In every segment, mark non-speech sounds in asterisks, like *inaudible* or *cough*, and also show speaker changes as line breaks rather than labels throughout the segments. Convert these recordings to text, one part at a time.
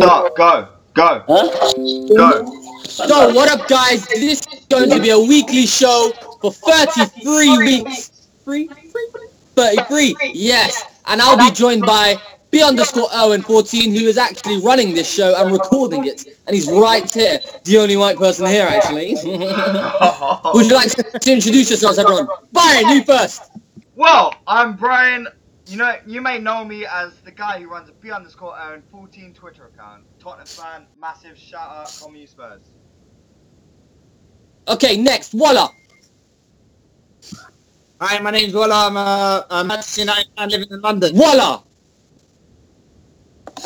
Start. Go. Go.
Huh?
Go.
So what up, guys? This is going to be a weekly show for 33 weeks. Three, three, 33, yes. And I'll be joined by B underscore Owen 14, who is actually running this show and recording it. And he's right here, the only white person here, actually. *laughs* Would you like to introduce yourselves, everyone? Brian, you first.
*laughs* Well, I'm Brian. You know, you may know me as the guy who runs a B underscore own 14 Twitter account. Tottenham fan, massive shout out from you Spurs.
Okay, next, Walla.
Hi, my name's Walla. I'm a, a Manchester United fan living in London.
Walla.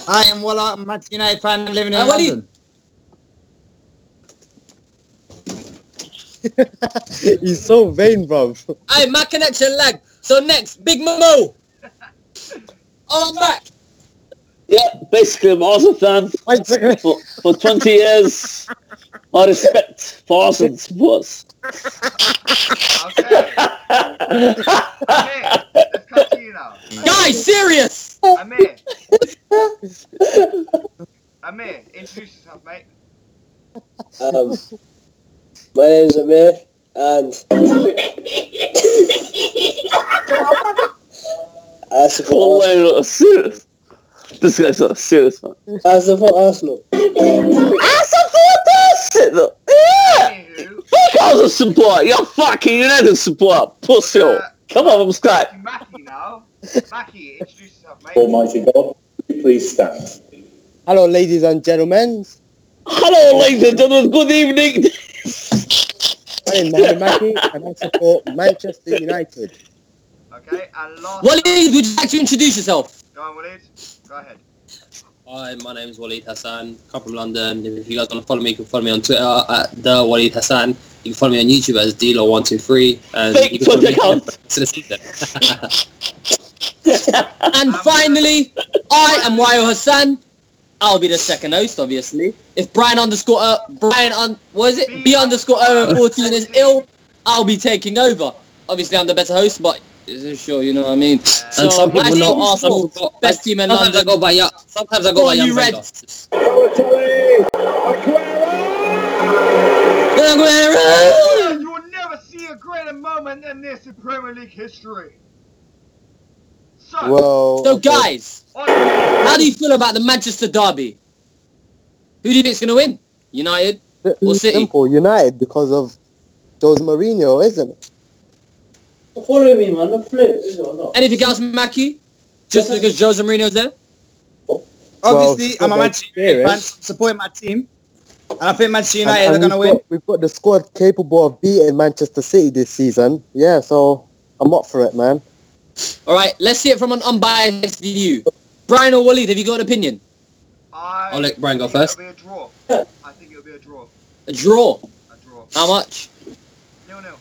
Hi, I'm Walla. I'm a Manchester United fan living in
Uh, what do you-
London. He's so vain, bro.
Hey, my connection lag. So next, Big Momo. Oh, Mac.
Yeah, basically, I'm an Arsenal fan for, for 20 years. My respect for
*laughs*
Arsenal supports.
Um,
Okay. Amir, let's come to you now.
Guys, serious.
Amir. Amir, introduce yourself, mate.
Um, my name's Amir, and I
Oh,
support
wait, look, serious. This guy's not serious, man.
Arsenal. I support Arsenal.
I support this! Yeah!
Anywho,
Fuck Arsenal support! You're fucking United support! Pussy! Come on, I'm Sky.
to Mackie now. Mackie, introduce yourself, mate.
Almighty God, please stand.
Hello, ladies and gentlemen.
Hello, ladies and gentlemen. Good evening.
I'm Manny Mackey, and I support Manchester United.
Okay, and last.
Waleed, would you like to introduce yourself?
Go on, Walid. Go ahead.
Hi, my name is Waleed Hassan. Come from London. If you guys want to follow me, you can follow me on Twitter at the Waleed Hassan. You can follow me on YouTube as Dealer123. And
Fake
you can follow
Twitter
me
account.
*laughs* to the season. and finally, I am Wayo Hassan. I'll be the second host, obviously. If Brian underscore uh, Brian un what is it? B underscore O fourteen is ill, I'll be taking over. Obviously, I'm the better host, but isn't sure you know what I mean. So
And some people
I support
know-
Arsenal,
some people-
best team in
Sometimes I
London.
go by yeah. Sometimes I
Go
go by
on, you
young
red.
Vendors.
Aguero!
You will never see a greater moment than this in Premier League history. So,
Well,
So guys,
on-
how do you feel about the Manchester derby? Who do you think's gonna win? United? or City.
simple, United because of Jose Mourinho, isn't it?
Follow me, man. Not play, is it or not?
Anything else, Mackie? Just because Jose Mourinho's there?
Obviously, I'm a
Manchester
United fan,
supporting my team, and I think Manchester
And- and we've got- We've got the squad capable of beating Manchester City this season. Yeah, so I'm up for it, man.
All right, let's see it from an unbiased view. Brian or Waleed, have you got an opinion?
I
I'll let Brian go
think
first.
It'll be a draw. I think it'll be a draw.
A draw.
A draw.
Uh.
How much?
Nil nil.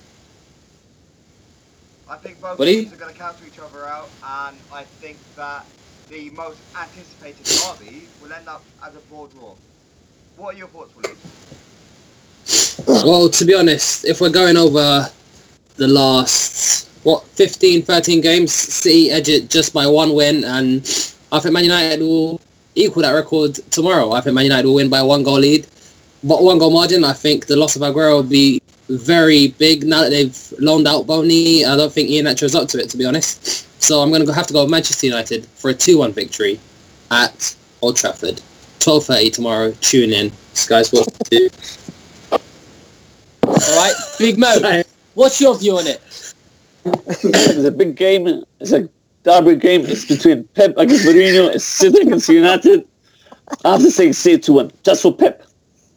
I think both
What do you-
teams are going to cancel each other out, and I think that the most anticipated derby will end up as a broad draw. What are your thoughts, Willie?
Well, to be honest, if we're going over the last what 15, 13 games, City edge it just by one win, and I think Man United will equal that record tomorrow. I think Man United will win by one goal lead, but one goal margin. I think the loss of Aguero will be very big now that they've loaned out Boney. I don't think Ian Atcher is up to it, to be honest. So I'm going to have to go with Manchester United for a 2-1 victory at Old Trafford. 12.30 tomorrow. Tune in. Sky Sports 2.
All right, Big Mo, what's your view on it?
*laughs* it's a big game. It's a derby game. It's between Pep against Mourinho. It's City against United. I have to say City to win, just for Pep.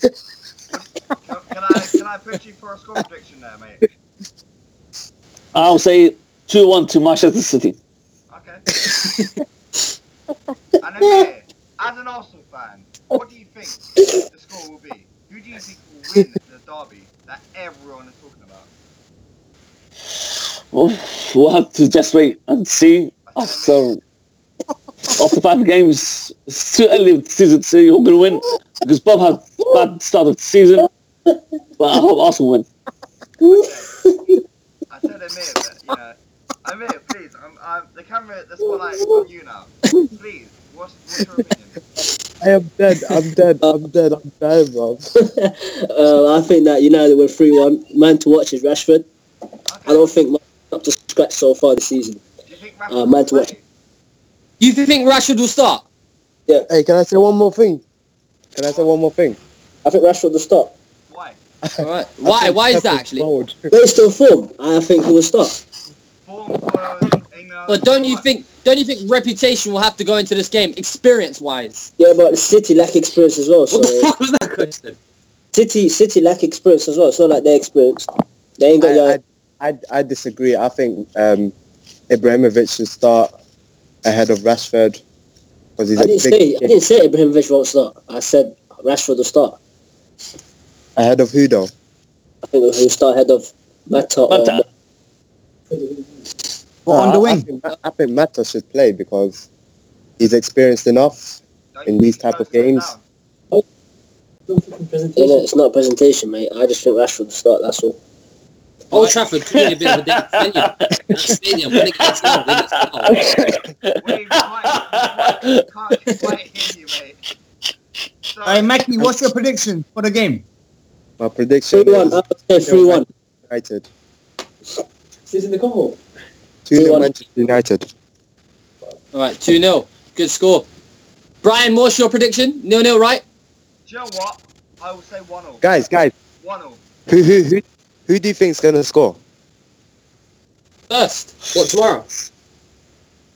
Can, can I can I push you for a score prediction there, mate?
I'll say 2-1 to Manchester City.
Okay. and Amir, as an Arsenal fan, what do you think the score will be? Who do you think will win the derby that everyone is talking about?
We'll we'll have to just wait and see. After, after five games, it's too early in the season to say who's going to win. Because Bob had a bad start of the season. But I hope Arsenal win.
I said Amir, but you know, Amir, please, I'm, I'm, the camera, the spotlight is on you now. Please, What's, what's your opinion?
I am dead. I'm dead. I'm dead. I'm dying, bro.
uh, I think that United win 3-1. Man to watch is Rashford. I don't think Man's up to scratch so far this season.
Do you think
uh, man to
will
watch.
play?
You think Rashford will start?
Hey, can I say one more thing? Can I say one more thing?
I think Rashford will stop.
Why?
All right.
I
Why?
think
Why is that
Pepper's
actually?
bold.
Based on form, I think he will stop.
Form follows England.
But don't you
Why?
think? Don't you think reputation will have to go into this game, experience-wise?
Yeah, but City lack experience as well. So
What the fuck was that question?
City City lack experience as well. It's not like they're experienced. They *laughs* ain't got
I,
young.
I, I, I disagree. I think um, Ibrahimovic should start ahead of Rashford because he's
I
a big
didn't say I
kid.
didn't say Ibrahimovic won't start. I said Rashford will start.
ahead of who though?
I think he'll start ahead of Mata. or-
Mata.
But on
No,
the
I- I
wing.
think, Ma- I think Mata should play because he's experienced enough.
Don't
in
you
these
think
type of
Spurs go
games?
down?
You know, it's not a presentation, mate. I just think Rashford will start. That's all.
Old Trafford could be a bit of a different stadium. That stadium, when it gets loud, when it's loud.
Wait, we can't- we can't quite hear you, mate. So,
Hey, Mackie, what's your prediction for the game?
My
Three
prediction
one.
is
I would say three one.
United.
He's in the combo.
Two
Three
nil
one.
Manchester United.
All right, two 0 Good score. Brian, what's your prediction? Nil nil, right?
do you know what? I will say 1 0.
Guys, guys,
1 0.
who who who, who do you think's gonna score?
First.
What, tomorrow?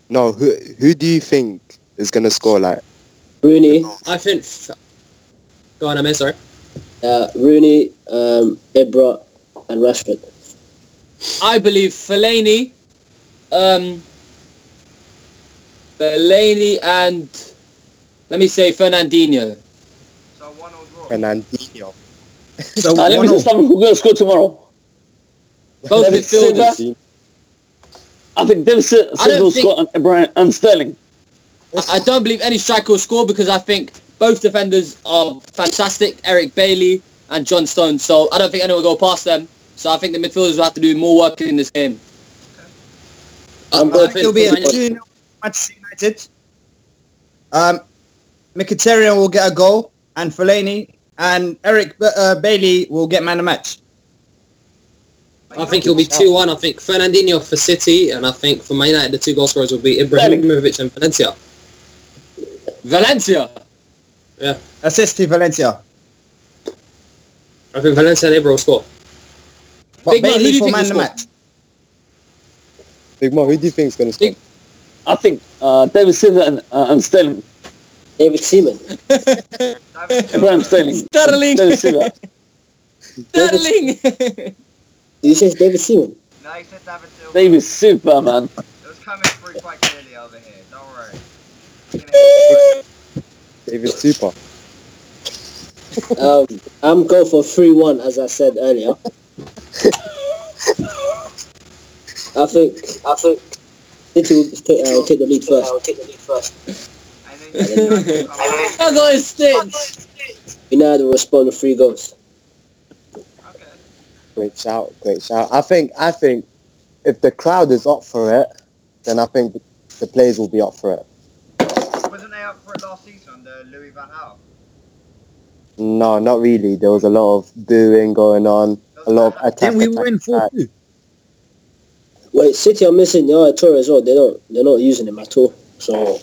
No, who who do you think is gonna score? Like
Rooney,
I think... Go on, I'm in, sorry.
uh, Rooney, um, Ibra, and Rashford.
I believe Fellaini, um, Fellaini and let me say Fernandinho.
So 1 0 draw.
Fernandinho.
So
Uh, let me
1-0.
just have a look who's going to score tomorrow.
Both
David
midfielders.
Silva. I think David Sil-
I don't
Silva will
think-
score and, Brian, and Sterling.
I- I don't believe any striker will score because I think both defenders are fantastic. Eric Bailey and John Stone. So I don't think anyone will go past them. So I think the midfielders will have to do more work in this game.
I'm
Uh,
going
it'll be a
for
2-0 Manchester United. Um, Mkhitaryan will get a goal, and Fellaini and Eric B- uh, Bailey will get man of the match.
I think it'll be 2-1. I think Fernandinho for City, and I think for Man United, the two goal scorers will be Ibrahimovic and Valencia.
Valencia.
Assist to Valencia.
I think Valencia and Ibra will score.
But
Big man, who do
Bailey
you
for
think
man
will
of the
score?
match.
Big Mo, who do you think's gonna score?
I think uh, David Silva and, uh, and Sterling.
David Seaman.
David Silva.
Abraham Sterling.
*laughs* Sterling.
David Silva.
*laughs*
Sterling.
Did you say it's David Seaman?
No, he said David Silva.
David Silva, man.
It was coming through quite clearly over here. Don't worry. You can hear it.
David Super.
Um, I'm going for 3-1, as I said
*laughs*
earlier. I think I think City will take, uh, will take the lead first.
And then you can hear it.
*laughs* I got his stitch.
United will respond with three goals.
Okay.
Great shout, great shout. I think I think if the crowd is up for it, then I think the players will be up for it.
Wasn't they up for it last season under Louis Van Gaal?
No, not really. There was a lot of booing going on, a lot of attack.
Then we
attack,
win
attack.
4-2.
Wait, City are missing Yaya Toure as well. They don't they're not using him at all. So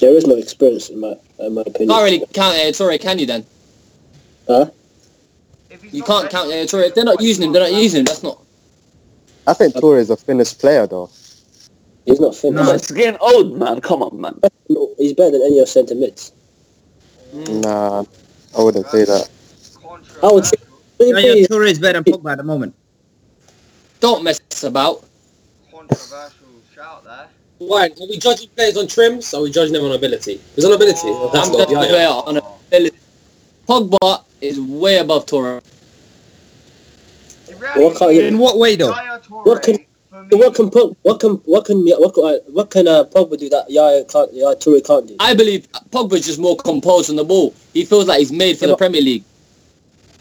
there is no experience in my in my opinion.
Can't really count
uh,
Torre, can you then?
If he's
You
not
can't
ready-
count
uh,
Torre. If they're not using him, they're not using him. That's not
I think Toure is a finished player, though.
He's not fit.
No, it's getting old, man. Come on, man.
No, He's better than any of centre mids.
Nah, I wouldn't say that.
Controversial.
I would say-
Yaya Toure is better than Pogba at the moment.
Don't mess about.
Controversial shout there.
Why? Are we judging players on trims? Or are we judging them on ability? It's on ability.
Oh.
That's
I'm
what
going
yeah,
to
yeah.
play on a Pogba is way above Torre.
It really
What can't you-
In what way though?
Yaya Toure,
What can-
for me,
What can Pog- what can what can what can, uh, what can uh, Pogba do that Yaya can't Yaya Toure can't do?
I believe Pogba's just more composed on the ball. He feels like he's made for the Premier League.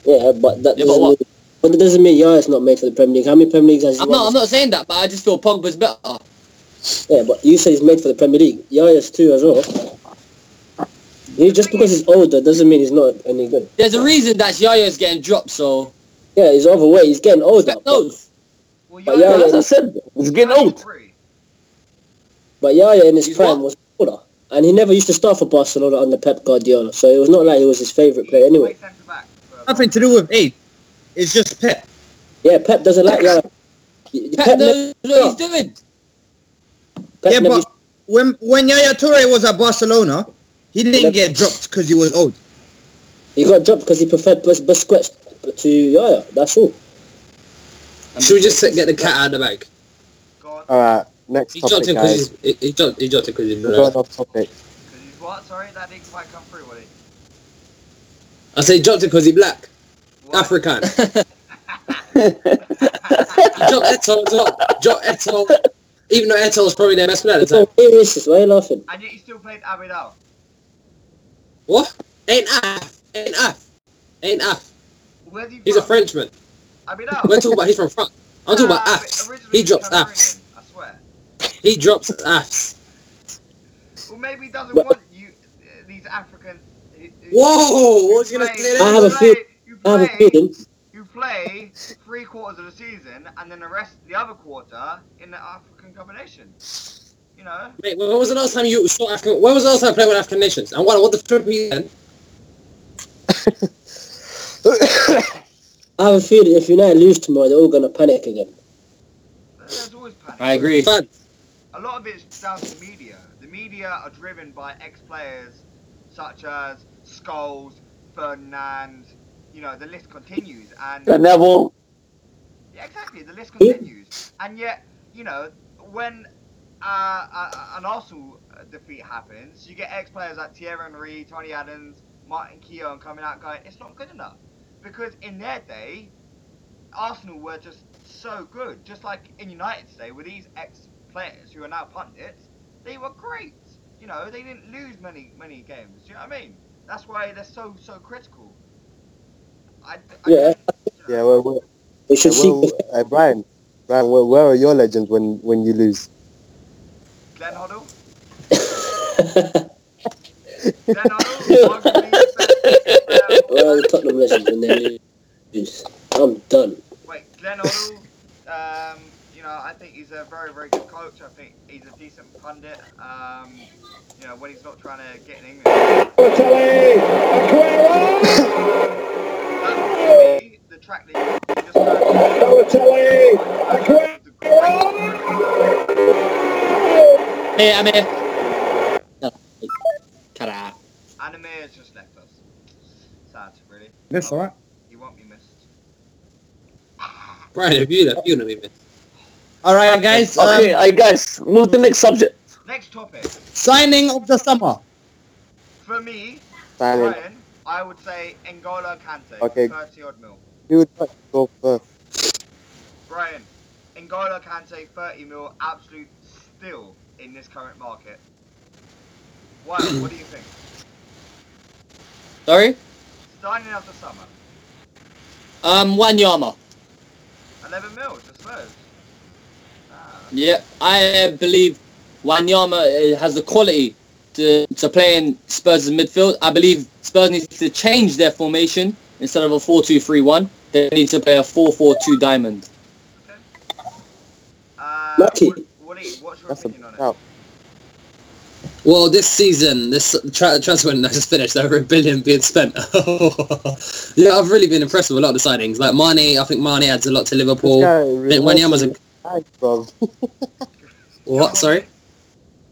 Yeah, but that
Yeah, but
doesn't
what?
mean but that doesn't mean Yaya's not made for the Premier League. How many Premier Leagues has he
I'm
won?
not, I'm not saying that, but I just feel Pogba's better.
Yeah, but you say he's made for the Premier League. Yaya's too as well. He, just because he's older doesn't mean he's not any good.
There's a reason that Yaya's getting dropped, so
Yeah, he's overweight. He's getting older.
respect those.
Well,
But
Yaya-
yeah,
As I said, he's getting old.
Free.
But Yaya in his
He's
prime was older. And he never used to start for Barcelona under Pep Guardiola. So it was not like he was his favourite player anyway.
Play centre back. for-
Nothing to do with age. It's just Pep.
Yeah, Pep doesn't like Yaya. Pep,
Pep
never,
knows what he's doing.
Pep
yeah,
never
but
used-
when when Yaya Toure was at Barcelona, he didn't get dropped because he was old.
he got dropped because he preferred Bus- Busquets to Yaya. That's all.
Should we just sit- get the cat out of the bag?
God,
Oh.
All right, next
He
topic,
jumped in
guys.
because he, he jumped. He jumped in because he's
We're
blood.
going off topic.
because he's what? Sorry, that didn't quite come through, Willie.
I say he jumped in because he's black,
What?
*laughs*
African. he jumped Eto as well. Jumped Eto, even though Eto was probably their best player at the
So,
time.
hey, racist, why are you laughing?
And yet he still played Abidal.
What? Ain't Af? Ain't Af? Ain't Af?
Where's he from?
He's a Frenchman.
Abidal.
We're talking about he's from France. I'm talking about
Ah,
Afs.
but originally
He
he's
drops Afs.
Cameroonian, I swear.
He drops Afs.
Well, maybe he doesn't
But-
want you, uh, these Africans. who- who-
Whoa! What was you gonna
play-
say?
I
There?
have a
you
feeling-
play- you
I have a
play-
feeling.
You play three quarters of the season and then the rest, the other quarter, in the African combination. You know,
Mate, when was the last time you saw African? When was the last time I played with African nations? And what? What the flip are you then?
I have a feeling if United lose tomorrow, they're all gonna panic again.
there's always panic.
I agree.
Fan.
a lot of it's down to media. The media are driven by ex-players such as Scholes, Fernand. You know, the list continues, and
That Neville,
yeah, exactly, the list continues. And yet, you know, when uh, a- a- an Arsenal uh, defeat happens, you get ex-players like Thierry Henry, Tony Adams, Martin Keown coming out going, "It's not good enough," because in their day, Arsenal were just so good. Just like in United's day, with these ex-players who are now pundits, they were great. You know, they didn't lose many many games. Do you know what I mean? That's why they're so so critical. I, I
Yeah.
Yeah, well, well,
They should *laughs*
well,
see.
uh, Brian, Brian, where, where are your legends when when you lose?
Glenn Hoddle. Glenn Hoddle, arguably the best player of all
Well, the Tottenham legends when they lose. I'm done.
Wait, Glenn Odell, um, you know, I think he's a very, very good coach. I think he's a decent pundit. Um, you know, when he's not trying to get in England. That would be the track that you just heard. The great-
Hey, I'm here. ta
Anime has just left us. Sad, really.
That's all right.
He won't be missed.
Brian, have you left? You know me, man.
All right, guys. Um,
okay, I guys, move to the next subject.
Next topic.
Signing of the summer.
For me,
Brian,
Brian, I would say N'Golo Kante.
Okay.
30 odd mil.
who would like to go first?
Brian, N'Golo Kante, 30 mil, absolute steal in this current market. Wow, what do you think?
Sorry?
Signing after summer,
Um, Wanyama.
11 mil to Spurs. Ah,
Yeah, I uh, believe Wanyama uh, has the quality to, to play in Spurs' midfield. I believe Spurs needs to change their formation instead of a 4-2-3-1. They need to play a 4-4-2 diamond.
uh,
Lucky.
Wa- Wally, what's your
That's a
opinion on it?
shout.
Well, this season, this tra- transfer window just finished. Over a billion being spent. *laughs* yeah, I've really been impressed with a lot of the signings. Like Marnie, I think Marnie adds a lot to Liverpool.
This
Think Wanyama's a
guy, bro. *laughs*
what? Sorry,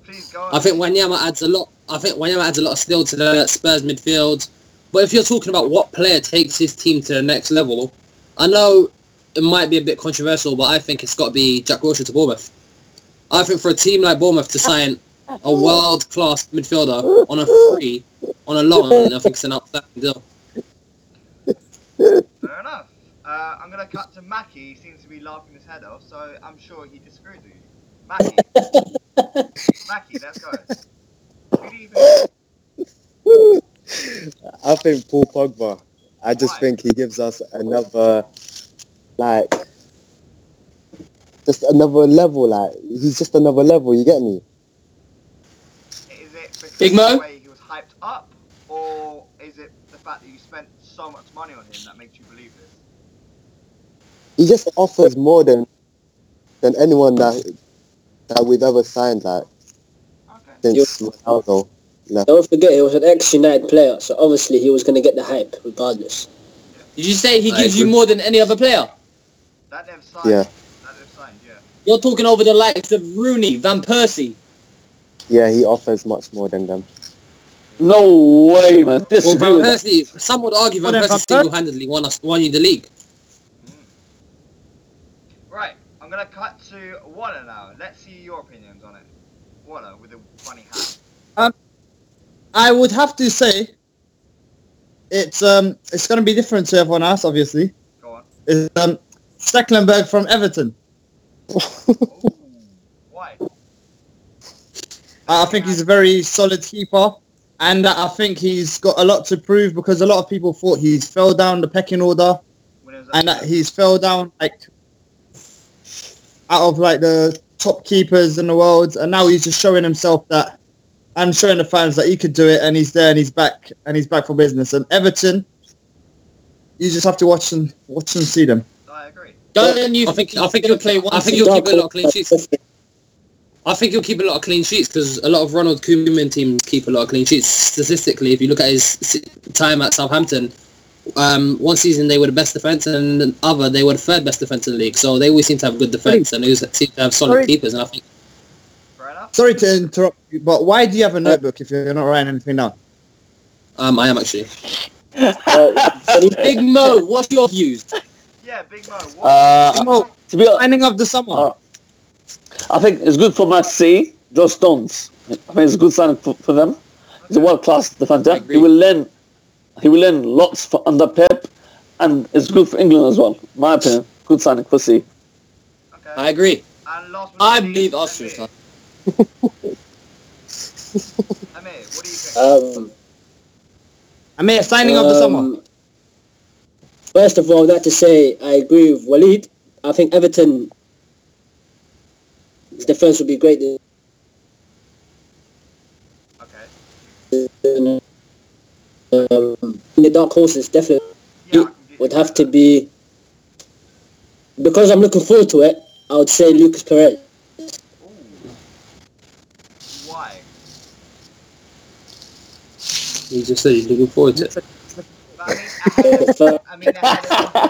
Please go on.
I think Wanyama adds a lot. I think Wanyama adds a lot of skill to the Spurs midfield. But if you're talking about what player takes his team to the next level, I know it might be a bit controversial, but I think it's got to be Jack Wilshere to Bournemouth. I think for a team like Bournemouth to sign a world-class midfielder on a free, on a loan, I think it's an outstanding deal.
Fair enough. Uh, I'm going to cut to Mackie. He seems to be laughing his head off, so I'm sure he disagrees with you. Mackie. Mackie, let's go. Who do you think?
I think Paul Pogba. I just
Why?
think he gives us another, like, just another level. Like he's just another level. You get me?
Is it because
Big
of the
Mo?
way he was hyped up, or is it the fact that you spent so much money on him that makes you believe this?
He just offers more than than anyone that that we've ever signed. Like
Okay.
since Ronaldo.
Don't forget, he was an ex-United player, so obviously he was going to get the hype regardless.
Did you say he
I
gives you
agree.
more than any other player?
That they've signed.
Yeah.
That they've signed. Yeah.
You're talking over the likes of Rooney, Van Persie.
Yeah, he offers much more than them.
No way,
Well,
man. *laughs* Disagree
Van
with that.
Persie, some would argue Van
Well,
Persie
then, Van Persie-
single-handedly won us, won you the league.
Right. I'm gonna cut to Waller now. Let's see your opinions on it. Waller with a funny hat.
I would have to say it's um it's going to be different to everyone else. Obviously,
Go on.
is um Stecklenberg from Everton.
Ooh. Why?
I I think he's a very solid keeper, and I think he's got a lot to prove because a lot of people thought he's fell down the pecking order
When it was
and that he's fell down like out of like the top keepers in the world, and now he's just showing himself that and showing the fans that he could do it, and he's there and he's back and he's back for business. And Everton, you just have to watch and watch and see them.
I agree.
Don't you
I
think,
think- I
he's
think
going
you'll-
to play one
I think
season?
you'll keep a lot of clean sheets. I think he'll keep a lot of clean sheets because a lot of Ronald Koeman teams keep a lot of clean sheets. Statistically, if you look at his s- time at Southampton, um, one season they were the best defence and the other they were the third best defence in the league. So they always seem to have good defence and they always seem to have solid
Sorry.
keepers. And I think
Fair enough.
Sorry to interrupt you, but why do you have a notebook if you're not writing anything down?
um, I am actually.
Uh, but he-
Big Mo, what's your views?
Yeah, Big Mo. What?
Uh,
Come on.
to be honest,
Signing of the summer.
Uh, I think it's good for Marseille. Just don't. I think it's a good sign for, for them. He's a world-class
I
defender.
agree.
He will learn. He will learn lots for under Pep, and it's good for England as well. My opinion, good signing for C.
okay.
I agree.
and last but not
I
least,
believe us three.
Amir. Amir, what do you think?
um,
I mean, signing of the summer.
Um, First of all, I'd like to say I agree with Walid. I think Everton defence would be great. this
okay.
season. Um, the dark horses definitely
Yeah, I completely
would
agree
have
with
to
that.
be because I'm looking forward to it. I would say Lucas Perez.
Ooh. Why?
You just said you're looking forward to it.
But I mean, ahead of, I
*laughs*
mean,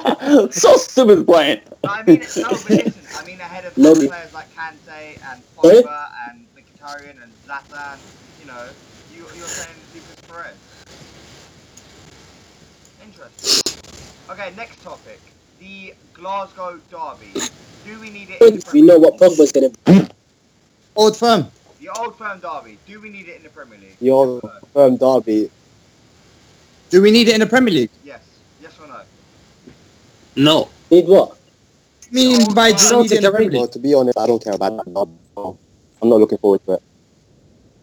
ahead of,
so stupid, Brian.
but I mean, no, but listen, I mean, ahead of
No, but-
players like Kante and
Sorry?
Pogba and Mkhitaryan and Zlatan, you know, you, you're saying Lucas Perez. Interesting. Okay, next topic. The Glasgow Derby. Do we need it in the
We
Premier
know what
League?
Pogba's going to be.
Old firm.
The Old Firm Derby. Do we need it in the Premier League?
Your firm derby.
Do we need it in the Premier League?
Yes. Yes or no?
No.
Need what?
I mean, by do we need it in the Premier League?
Well, to be honest, I don't care about that. derby. I'm not looking forward to it.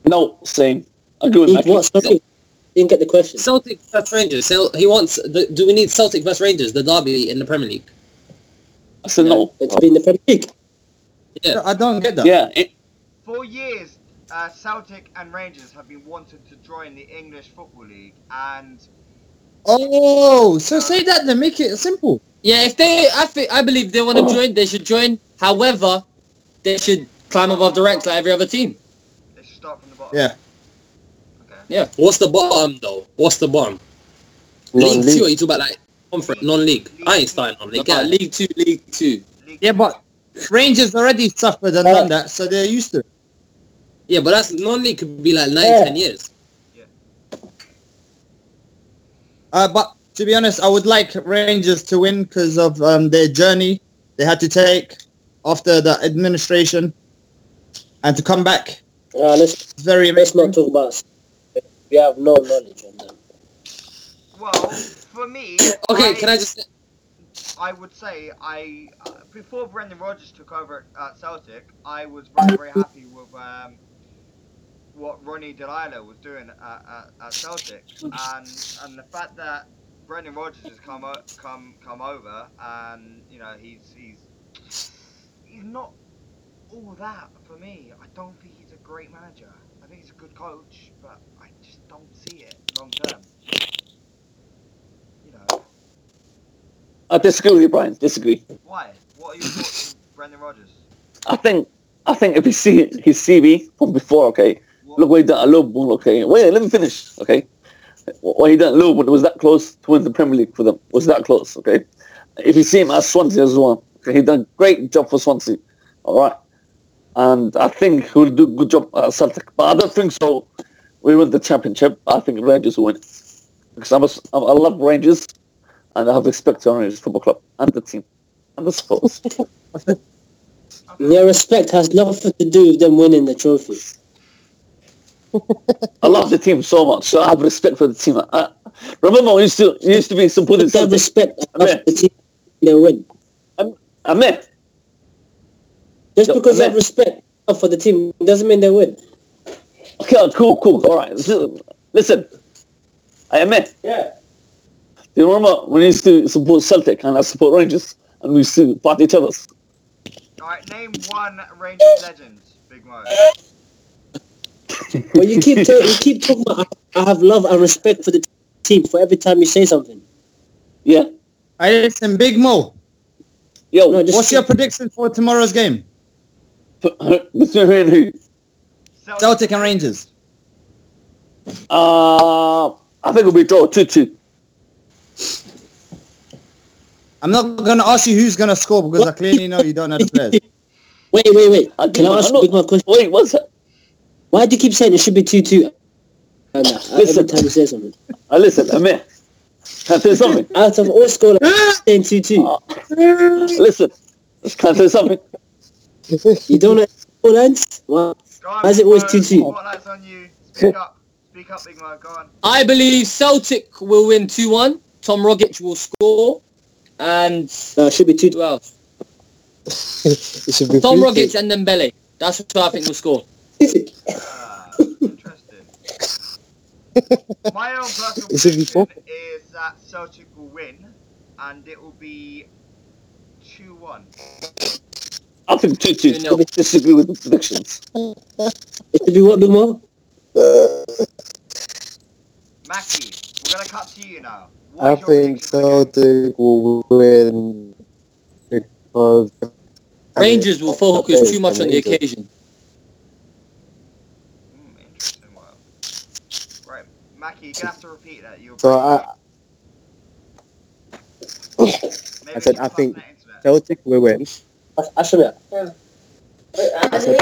No, same. Agree with
Need
Mackie.
what? Sorry. Didn't get the question.
Celtic vs Rangers. So he wants. The, do we need Celtic vs Rangers, the derby in the Premier League?
I said no.
It's been the Premier League.
Yeah.
I don't get that.
Yeah, it,
For years, uh, Celtic and Rangers have been wanted to join the English Football League, and
Oh, so say that then. Make it simple.
Yeah, if they, I think, I believe they want to
Oh.
join, they should join. However, they should climb above the ranks like every other team.
they should start from the bottom.
Yeah.
Okay.
What's the bottom though? What's the bottom? League,
Non-league.
two? Are you talking about like conference, non-league? I ain't starting
Like
non-league.
yeah.
Yeah.
League Two, League Two.
League
Yeah,
Two.
but Rangers already suffered and done that, so they're used to it.
Yeah, but that's non-league could be like nine,
Yeah.
ten years.
Uh, but to be honest, I would like Rangers to win because of um, their journey they had to take after the administration and to come back.
Uh, let's,
It's very
let's not
amazing.
talk about. We have no knowledge on them.
well, for me,
Okay,
I,
can I just?
I would say I uh, before Brendan Rodgers took over at uh, Celtic, I was very very happy with um, what Ronnie Delila was doing at, at, at Celtic, and and the fact that Brendan Rodgers has come o- come come over, and you know he's he's he's not all that for me. I don't think he's a great manager. I think he's a good coach, but I just don't see it long term. You know
I disagree with you, Brian. Disagree.
why? What are your thoughts
*coughs*
on Brendan Rodgers?
I think I think if you see his CV from before, okay,
What,
look what he done at Liverpool, okay. Wait, let me finish, okay. What he done at Liverpool was that close to win the Premier League for them. Was that close, okay? If you see him at Swansea as well, okay, he done a great job for Swansea, all right. And I think he'll do a good job at Celtic, but I don't think so. We win the championship. I think Rangers will win it. because I'm a s I I love Rangers, and I have respect to Rangers Football Club and the team and the supporters.
Their respect has nothing to do with them winning the trophy.
I love the team so much, so I have respect for the team. I, remember, we used to we used to be supporting
Their
Celtic.
respect has
Amir.
nothing to do with their win.
I met.
Just
Yo,
because they have
Amir.
respect for the team doesn't mean they win.
Okay, uh, cool, cool. All right. Listen, listen. I admit.
Yeah.
Do you remember when we used to support Celtic and I support Rangers and we used to fight each other?
Alright, name one Rangers legend, Big Mo.
But you keep ta- you keep talking about I I have love and respect for the team for every time you say something.
Yeah.
Hey, listen, Big Mo,
Yo,
No, just
what's your prediction for tomorrow's game?
uh, between who and who?
Celtic and Rangers.
Uh, I think it'll be draw 2-2.
I'm not going to ask you who's going to score because I clearly know you don't know the players.
Wait, wait, wait.
I think-
Can I ask
Uh, I'm not-
Big Mo a question?
Wait, what's that?
Why do you keep saying it should be two
Uh,
two? And, uh, every
Listen.
time you say
*laughs*
something.
Uh, listen, Amir. Can I say something?
Out of all score like, saying two two.
Uh, Ah! listen. Can I say something?
*laughs* You don't know all ends? Wow.
Go on,
Why is it
Big
always
Mo,
2-2?
Spotlight's on you. Speak up. Speak up, Big Mo. Go on.
I believe Celtic will win 2-1. Tom Rogic will score. And
No, it uh, should be two two.
who else?
It should be
Tom
free kick.
Rogic and Dembele. That's who I think will score.
Ah,
*laughs*
interesting. My own personal
Is it before?
prediction is that Celtic will win, and it will be two one.
I think 2-2.
No.
disagree with the predictions.
It should be what Big Mo?
Mackie, we're gonna cut to you now. What
I
is your
think
prediction for the game?
Celtic will win because I mean,
Rangers will focus too much on the
Rangers.
occasion.
Hmm, interesting. Wow. Right, Mackie, you're gonna have to repeat that. You're
So I
Maybe
I said,
you
I
can
think-
plug that into that.
Celtic will win.
Ashmir.
I said, I think,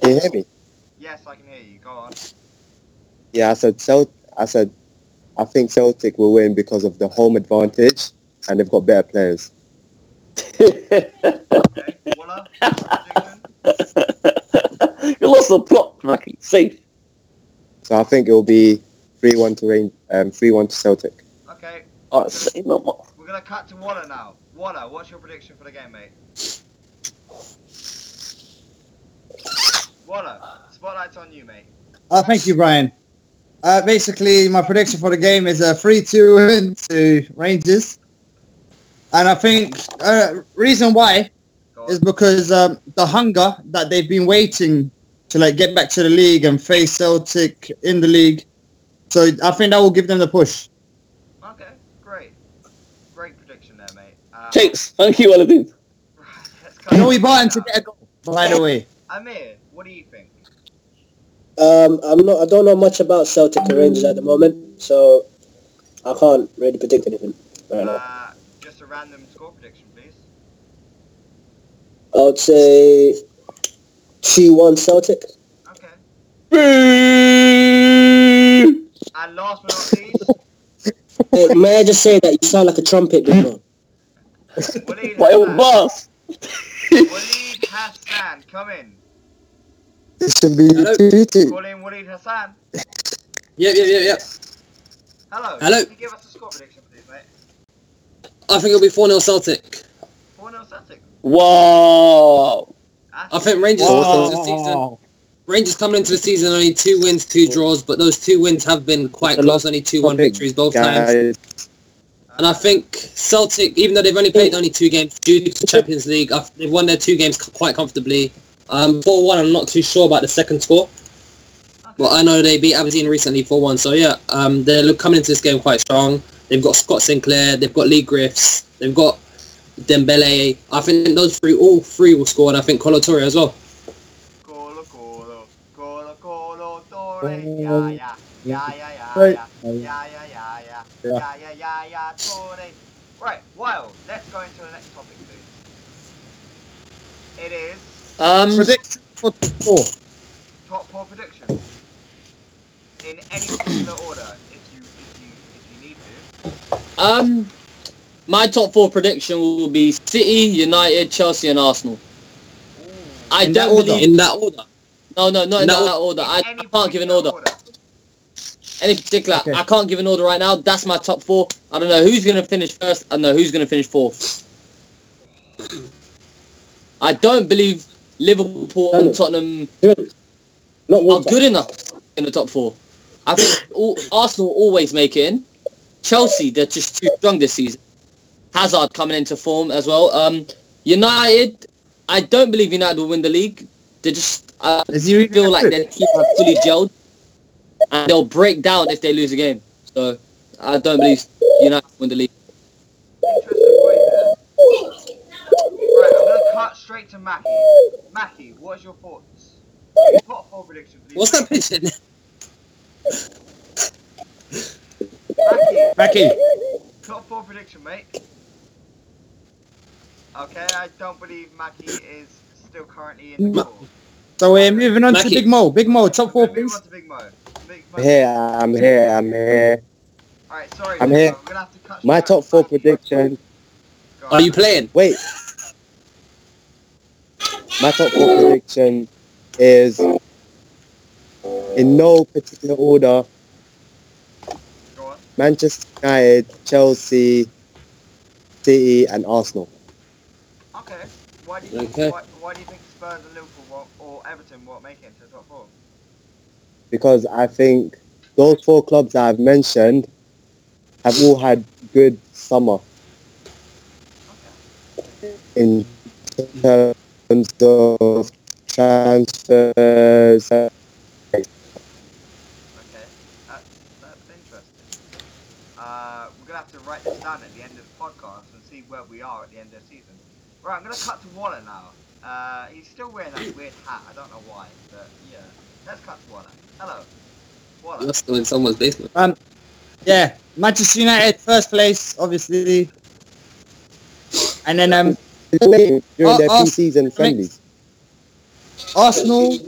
can you hear me?
Yes, I can hear you. Go on.
Yeah, I said Celt. I said I think Celtic will win because of the home advantage and they've got better players.
Okay. Waller, prediction.
*laughs* you lost the plot, Mackie. Safe.
So I think it will be three one to Rangers, um, three one to Celtic.
Okay,
Oh, say no more.
we're gonna cut to Waller now. Waller, what's your prediction for the game, mate? Waller, spotlight's on you, mate.
Uh, thank you, Brian. Uh, basically, my prediction for the game is a 3-2 win to Rangers. And I think uh, reason why
Go
is
on.
because um, the hunger that they've been waiting to like get back to the league and face Celtic in the league. So I think that will give them the push.
Okay, great, great prediction there, mate. Uh,
Chase, thank you, Aladdin.
right, *laughs* let's cut
Joey
to
Barton to
Waller.
get a goal, by the way.
Amir, what do you think?
Um, I'm not. I don't know much about Celtic and Rangers at the moment, so I can't really predict anything right now.
Uh, just a random score prediction, please.
I would say
*laughs*
two-one Celtic.
Okay. And last but not least,
Hey, may I just say that you sound like a trumpet, Big Mo?
Waleed
Why old
Hassan.
boss?
Waleed Hassan, come in.
It should be
Hello?
two two.
Call in Waleed Hassan.
Yep, yep, yep, yep.
Hello.
Hello.
Can you give us a score prediction, please, mate?
I think it'll be 4-0 Celtic.
4 0 Celtic.
Wow.
That's
I think Rangers
Wow.
coming into the season. Rangers coming into the season only two wins, two draws, but those two wins have been quite close. Only two one
Something,
victories both times.
Guys,
And I think Celtic, even though they've only played only two games due to Champions League, I- they've won their two games c- quite comfortably. Um, 4-1, I'm not too sure about the second score. But I know they beat Aberdeen recently 4-1. So, yeah, um, they're look- coming into this game quite strong. They've got Scott Sinclair. They've got Lee Griffiths. They've got Dembele. I think those three, all three will score. And I think Colo Torre as well.
Colo, colo, colo, colo, torre, ya, ya, ya, ya, ya,
Right.
ya, ya, ya, ya, ya, ya, ya, ya, ya, torre. Right, well, let's go into the next topic, please. It is
Um,
Prediction for top four.
top four predictions in any particular order, if you if you if you need to.
um, my top four prediction will be City, United, Chelsea, and Arsenal. I
In that
don't
order?
believe.
In that order.
No, no, not in
No.
that order. I, I
Any
can't give an
particular
order. Any particular?
Okay.
I can't give an order right now. That's my top four. I don't know who's gonna finish first. I don't know who's gonna finish fourth. *sniffs* I don't believe Liverpool and Tottenham
Not
are
one.
good enough in the top four. I think all, Arsenal always make it in. Chelsea, they're just too strong this season. Hazard coming into form as well. Um, United, I don't believe United will win the league. They just I
Is he reading
feel
that
like
through?
their team are fully gelled, and they'll break down if they lose a game. So I don't believe United will win the league.
Interesting point there. Right, I'm gonna cut straight to Mackie. Mackie, what's your thoughts? Top four prediction, please.
What's that pigeon?
Mackie,
Becky.
Top four prediction, mate. Okay, I don't believe Mackie is still currently in the
Ma-
call.
So we're moving on
Mackie.
to Big Mo. Big Mo, top four,
Move on
please.
to Big Mo. Big Mo.
I'm here, I'm here, I'm here.
Alright, sorry.
I'm
Big
here.
Mo, We're gonna have to cut
My
straight
top
to
four
Mackie.
prediction.
Go on.
Are you playing?
Wait. My top four prediction is in no particular order.
Go on.
Manchester United, Chelsea, City, and Arsenal.
Okay. Why do you think,
Okay.
why, why do you think Spurs and Liverpool won't, or Everton won't make it into the top four?
because I think those four clubs that I've mentioned have all had good summer in terms of transfers.
Okay. That's, that's interesting. Uh, we're gonna have to write this down at the end of the podcast and see where we are at the end of the season. Right, I'm gonna cut to Waller now. Uh, he's still wearing that weird hat. I don't know why, but yeah. Let's cut to Waller. Hello, Waller.
You're still in someone's basement.
Yeah, Manchester United first place, obviously. And then um,
During
Oh,
their
oh,
pre-season friendlies.
Arsenal,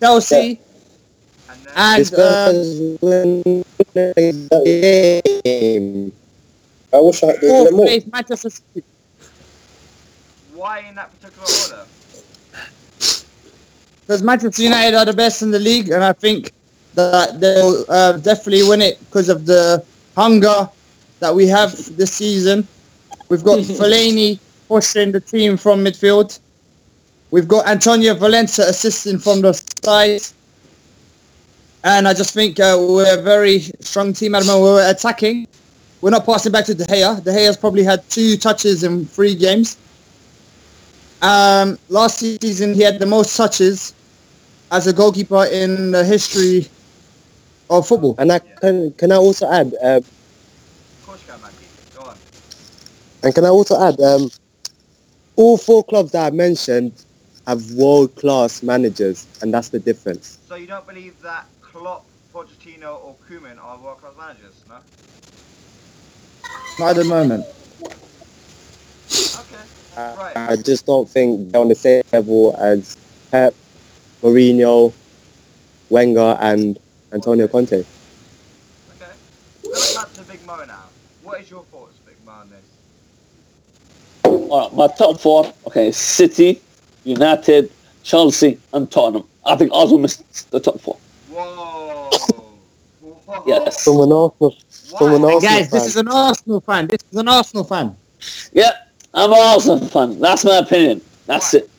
Chelsea,
And uh, then
and um,
Spurs win the game.
I wish I had
fourth
them more.
place, Manchester City.
why in that particular order?
Because Manchester United are the best in the league, and I think that they'll uh, definitely win it because of the hunger that we have this season. We've got Fellaini pushing the team from midfield. We've got Antonio Valencia assisting from the side. And I just think uh, we're a very strong team at the moment. We're attacking. We're not passing back to De Gea. De Gea's probably had two touches in three games. Um, last season, he had the most touches as a goalkeeper in the history of football.
And I can, can I also add, uh,
Of course you can, Mackie. Go on.
and can I also add, um, all four clubs that I mentioned have world-class managers, and that's the difference.
So you don't believe that Klopp, Pochettino, or Koeman are world-class managers? No.
Not at the moment.
Okay.
I
Right.
I just don't think they're on the same level as Pep, Mourinho, Wenger, and Antonio Conte.
Okay. We're gonna cut to Big Mo now. What is your thoughts, Big Mo, on this?
All right, my top four. Okay, City, United, Chelsea, and Tottenham. I think Arsenal missed the top four.
Whoa. Whoa.
Yes.
Someone Arsenal,
Why?
someone Arsenal
Guys,
fan.
this is an Arsenal fan. This is an Arsenal fan.
Yeah, I'm an Arsenal fan. That's my opinion. That's it.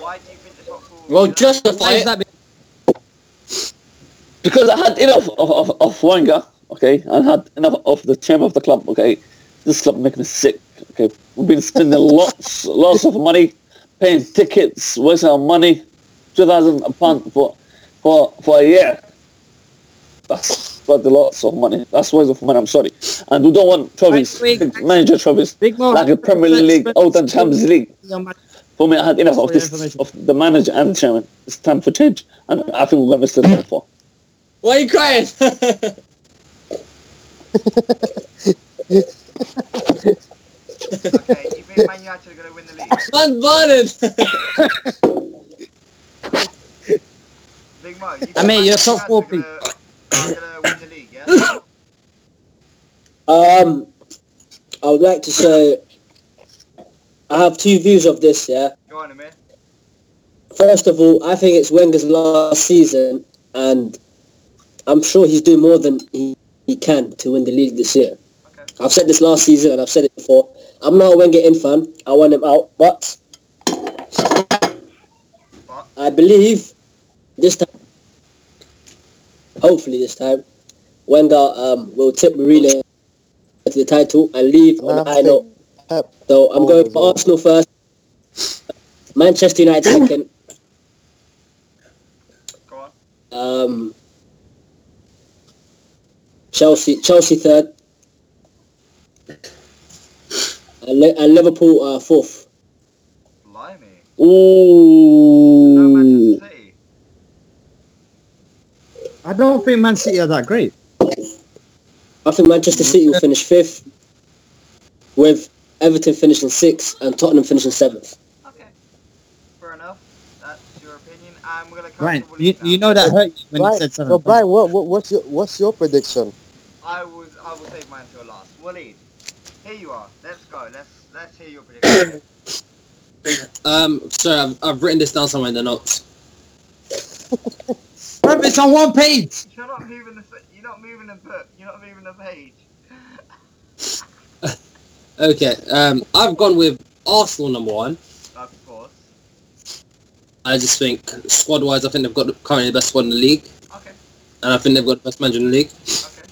Why do you think the top four?
Well,
Yeah.
justify
Why is
it.
that?
Because I had enough of, of, of Wenger okay? I had enough of the chairman of the club, okay? This club making me sick, okay? We've been spending *laughs* lots, lots of money, paying tickets, wasting our money, two thousand a pound for, for, for a year. That's but lots of money. That's waste of money. I'm sorry, and we don't want trophies,
Wait, wait,
big manager trophies
Big Mo.
like the Premier League, all the Champions League. For me, I had enough of
For your
this,
information.
of the manager and the chairman. It's time for change, and I think we're going to miss the time for.
Why are you crying?
Okay, you think Man United are going to win the league?
Man, Barnard.
Big Mo, you think
I mean,
Man
you're
United
top four,
are gonna- Are going to win the league, yeah?
Um, I would like to say I have two views of this. Yeah,
Go on, Amir.
first of all, I think it's Wenger's last season, and I'm sure he's doing more than he, he can to win the league this year.
Okay.
I've said this last season, and I've said it before. I'm not a Wenger in fan. I want him out, but I believe this time, hopefully this time, Wenger um, will tip Mourinho to the title and leave on a high note.
Pep.
So I'm going for Arsenal first, Manchester United second.
Go on.
Um, Chelsea, Chelsea third, and, Le- and Liverpool uh, fourth.
Blimey. No
Ooh,
Manchester City.
I don't think Man City are that great.
I think Manchester City will finish fifth, with Everton finishing sixth and Tottenham finishing seventh.
Okay. Fair enough. That's your opinion. I'm going to count
Brian,
the
you,
league now.
you know that hurt you when you
Brian,
said something.
so Brian, what, what, what's your what's your prediction?
I was I will save mine till last. Waleed, here you are. Let's go. Let's let's hear your prediction.
Um, sorry, I've, I've written this down somewhere in the notes.
Bruv, it's on one page.
you're not moving the f- you're not moving the book. You're not moving the page.
Okay, um, I've gone with Arsenal number one.
Of course.
I just think squad-wise, I think they've got the- currently the best squad in the league,
Okay.
and I think they've got the best manager in the league.
Okay.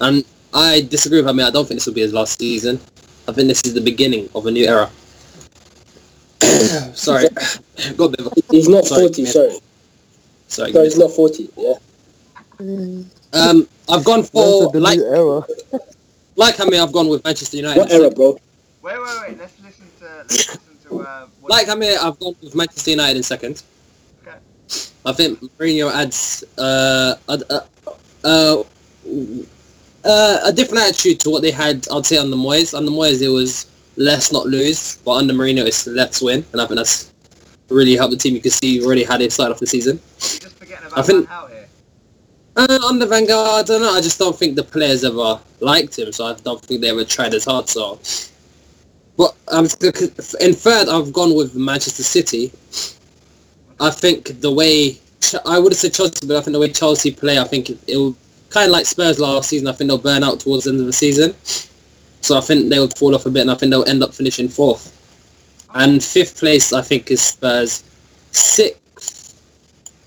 And I disagree with Amir. I don't think this will be his last season. I think this is the beginning of a new era. *coughs* sorry, *coughs* got a bit of a-
He's not
Sorry,
forty.
man.
Sorry,
sorry.
sorry, he's not forty. Yeah.
Um, I've gone for
Those are the
like
new era.
like Amir. I've gone with Manchester United.
What era, bro?
Wait, wait, wait. Let's listen to
*coughs*
let's listen to uh. Waleed.
Like Amir, I've gone with Manchester United in second.
Okay.
I think Mourinho adds uh, a, a, a, uh, a different attitude to what they had, I'd say, under Moyes. Under Moyes, it was let's not lose, but under Mourinho, it's let's win. And I think that's really helped the team. You can see already how they started off the season.
You're just forgetting about
I think-
Van Gaal here.
Uh, under Van Gaal, I don't know. I just don't think the players ever liked him, so I don't think they ever tried as hard. So, but um, in third, I've gone with Manchester City. I think the way Ch- I would have said Chelsea, but I think the way Chelsea play, I think it, it will kind of like Spurs last season. I think they'll burn out towards the end of the season, so I think they'll fall off a bit, and I think they'll end up finishing fourth. And fifth place, I think, is Spurs. Sixth,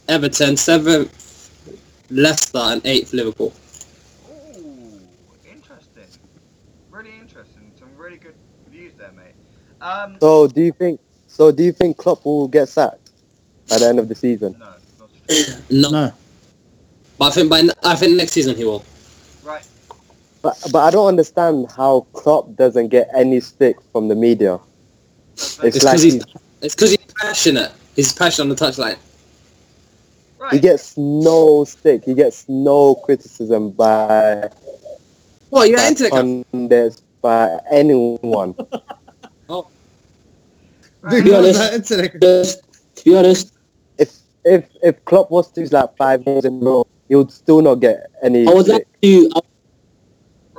Everton. Seventh, Leicester and eighth Liverpool.
Ooh, interesting. Really interesting. Some really good views there, mate. Um,
So do you think? So do you think Klopp will get sacked by the end of the season?
no, not true.
*coughs* No,
No.
but I think by n- I think next season he will.
Right.
But but I don't understand how Klopp doesn't get any stick from the media.
that's
It's
better.
It's
like
because he's
he,
it's because he's passionate. He's passionate on the touchline.
right.
he gets no stick. He gets no criticism by
What you're
by
into? it?
pundits, by anyone.
right.
*laughs*
Yeah,
Dude,
let's-
that internet-
Just to be honest,
If if if Klopp was to lose like five games in a row, he would still not get any.
Oh,
I would
stick.
like to. I,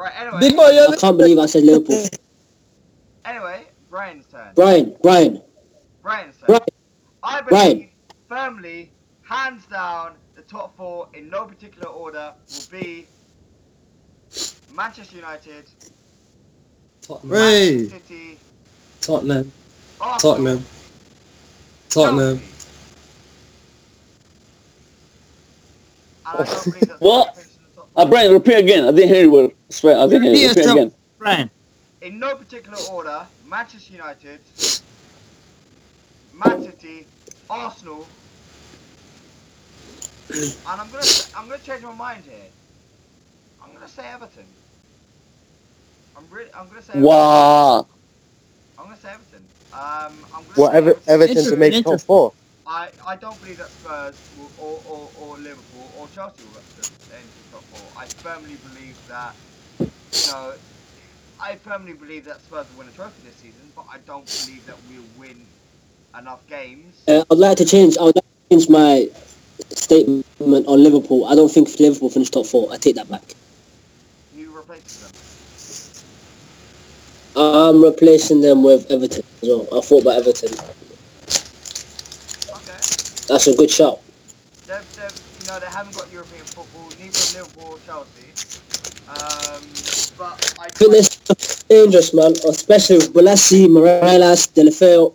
Right. Anyway.
Big boy, you're
I can't believe I said Liverpool.
Anyway, Brian's turn.
Brian, Brian,
Brian, sir.
Brian.
I
Brian.
believe firmly, hands down, the top four in no particular order will be Manchester United,
Tottenham,
Hey.
Manchester City,
Tottenham,
Arsenal,
Tottenham, Tottenham.
Chelsea. And I don't believe that's
What?
the top four.
Uh, Brian, repeat again. I didn't hear you. Well, I swear, I didn't hear
Repeat
you. Repeat
yourself.
again.
Brian.
In no particular order, Manchester United, Man City, Arsenal, and I'm gonna I'm gonna change my mind here. I'm gonna say Everton. I'm really I'm gonna say Everton.
Wow.
I'm gonna say Everton. Um, I'm gonna say
Whatever
Everton.
Everton to
Interesting,
make top
interesting.
four.
I, I don't believe that Spurs will, or, or, or Liverpool or Chelsea will get to the end of the top four. I firmly believe that, you know, I firmly believe that Spurs will win a trophy this season, but I don't believe that we'll win enough games.
Uh, I'd like to change. I would like to change my statement on Liverpool. I don't think Liverpool finish top four. I take that back.
Who replaces them?
I'm replacing them with Everton as well. I thought about Everton.
Okay.
That's a good shout.
They've, they've, you know, they haven't got European football, neither have Liverpool or Chelsea. Um, but I,
But they're so dangerous, man. Especially with Balassi, Morales, Delafeu.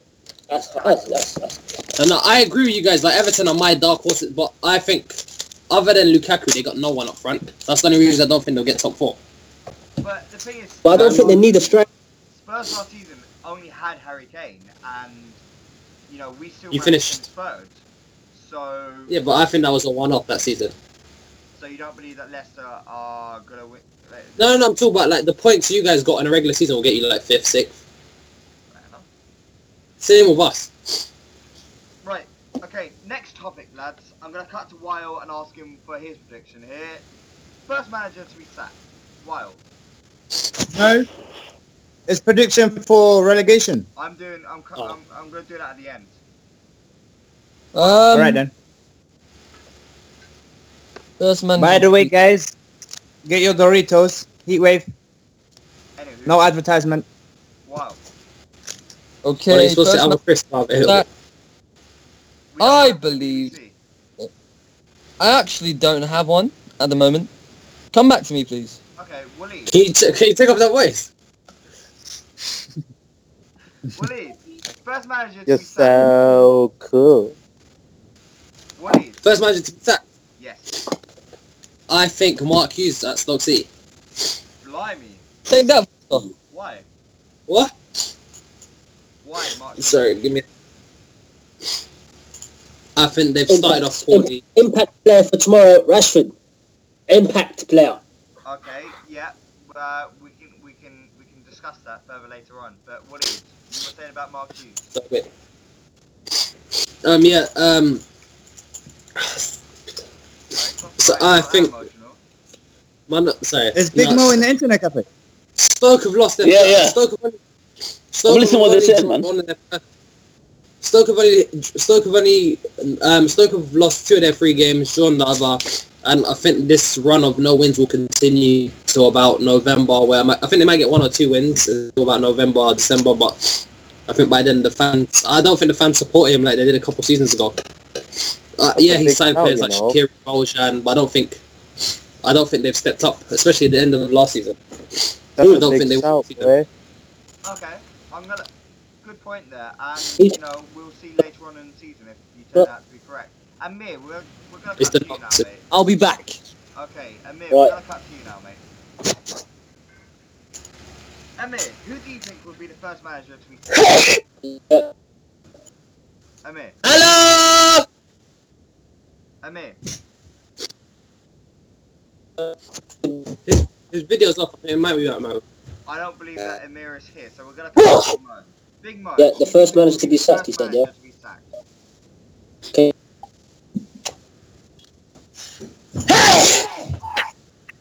That's, that's, that's, that's
And no, I agree with you guys. Like Everton are my dark horses, but I think other than Lukaku, they got no one up front. That's the only reason I don't think they'll get top four.
but the thing is,
But I don't think they need a striker.
Spurs last season only had Harry Kane, and you know we still
You
managed
finished.
to finish third. So
Yeah, but I think that was a one-off that season.
so you don't believe that Leicester are gonna win? like,
No, no, no, I'm talking about like the points you guys got in a regular season will get you like fifth, sixth.
fair enough.
Same with us.
Right. Okay. Next topic, lads. I'm gonna cut to Weil and ask him for his prediction here. First manager to be sacked. Weil.
No. It's prediction for relegation.
I'm doing. I'm, cu-
Oh.
I'm. I'm gonna do that at the end.
Um,
All right then.
First
Um,
man.
By the way, guys, get your Doritos. Heatwave.
Anywho.
No advertisement.
Wow.
Well,
Okay.
it's supposed to
first
have a
man-
crisp out of it.
that-
We don't
I
have-
believe-
See,
I actually don't have one at the moment. Come back to me, please.
Okay, Wooly.
*laughs* Can you, t- can you take off that voice?
Wooly. First manager to
You're
be sacked.
so cool.
Wooly.
First manager to be sacked.
Yes.
I think Mark Hughes at Stoke City.
Blimey.
Take that. off.
Why?
What?
Why, Mark?
Sorry, give me. I think
Oh,
they've
Impact.
started off poorly.
Impact player for tomorrow, Rashford. Impact player.
Okay, yeah. Uh, we can we can we can discuss that further later on. But what is you were saying about Mark Hughes?
Stop it. Um, yeah, um,
Right?
So
Sorry,
I
not that
think-
emotional.
man, sorry.
It's Big
No,
Mo in the internet cafe.
Stoke have lost their
Yeah, yeah.
Stoke have only, Stoke have
listening what they
only
said, man.
drawn in their first- Stoke have only Stoke have only um, Stoke have lost two of their three games, drawn the other, and I think this run of no wins will continue to about November. Where I, might, I think they might get one or two wins until about November, or December, but I think by then the fans. I don't think the fans support him like they did a couple seasons ago. Uh, yeah,
a
he
big
signed
shout,
players
you
like
know.
Shakiri, Bolshan, but I don't think I don't think they've stepped up, especially at the end of last season.
That's
Ooh,
a
don't
big
think they
shout,
want to see them.
boy.
Okay, I'm gonna. Good point there, and
He's-
you know we'll see later on in the season if you turn out to be correct. Amir, we're we're gonna
It's
cut to
the
you now,
opposite.
mate.
I'll be back.
Okay, Amir,
Right.
we're gonna cut to you now, mate. Amir, who do you think will be the first manager to be sacked?
*laughs*
Amir,
Hello!
Amir,
His video's up. It might be that man.
I don't believe that Amir is here, so we're gonna cut to Big Mo. Big Mo.
Uh, The-
who
the first
do you
manager
think
to
will
be sacked,
first
he said,
manager
yeah?
to be sacked?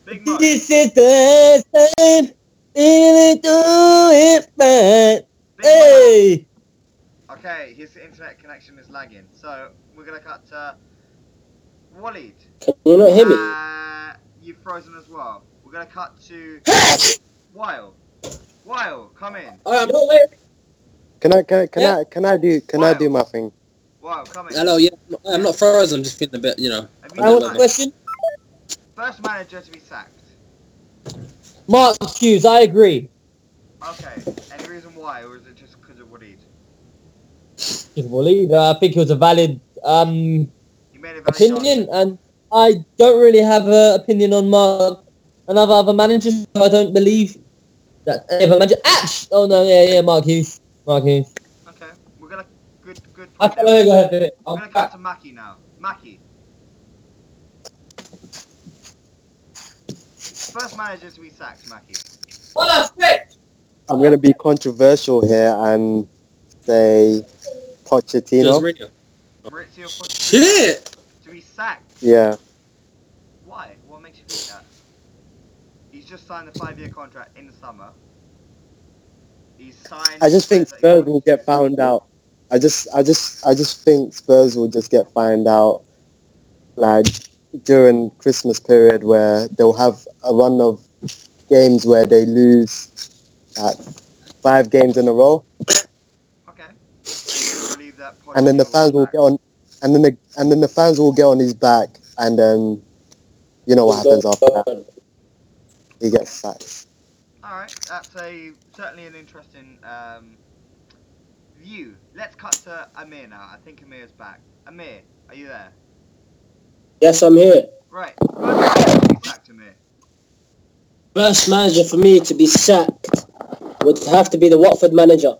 Big Mo,
is the last time. Really do it, man.
Big Mo. Okay, his internet connection is lagging, so we're gonna cut to Walid.
Can you not hear me?
Ah.
Uh, you've frozen as well. We're gonna cut to
*laughs*
Weil. Weil, come in.
Oh, I'm not waiting.
Can I can I can
Yeah.
I can I do can I do my thing?
Weil, come in.
Hello, yeah. I'm not- I'm not frozen. I'm just feeling a bit, you know.
Have you
I want a
sacked?
question.
First manager to be sacked.
Mark Hughes, I agree.
Okay. Any reason why, or is it just because of Walid?
Just Wally. Uh, I think it was a valid um,
He made a valid
opinion, and I don't really have an opinion on Mark and other other managers. So I don't believe that they have a manager. Ach! Oh no, yeah, yeah, Mark Hughes. Mark Hughes.
Okay, we're gonna good good.
I
Point.
can only go ahead with it.
We're
I'm
gonna go
back.
to Mackie now. Mackie. First managers we sacked, Mackie.
What a fit!
I'm going to be controversial here and say Pochettino.
Mourinho.
Maurizio Pochettino
Shit!
to be sacked.
Yeah.
Why? What makes you think that? He's just signed a five-year contract in the summer. He's signed.
I just think
players that he
Spurs
wants
will
to.
get found out. I just, I just, I just think Spurs will just get found out, like during Christmas period where they'll have a run of games where they lose like, five games in a row,
Okay. I believe that
and then the
Pochettino was
fans will
sacked.
get on, and then the and then the fans will get on his back, and um, you know what happens after that? He gets sacked.
All right, that's a certainly an interesting um, view. Let's cut to Amir now. I think Amir's back. Amir, are you there?
Yes, I'm here.
Right. Right, Back to Amir.
First manager for me to be sacked would have to be the Watford manager.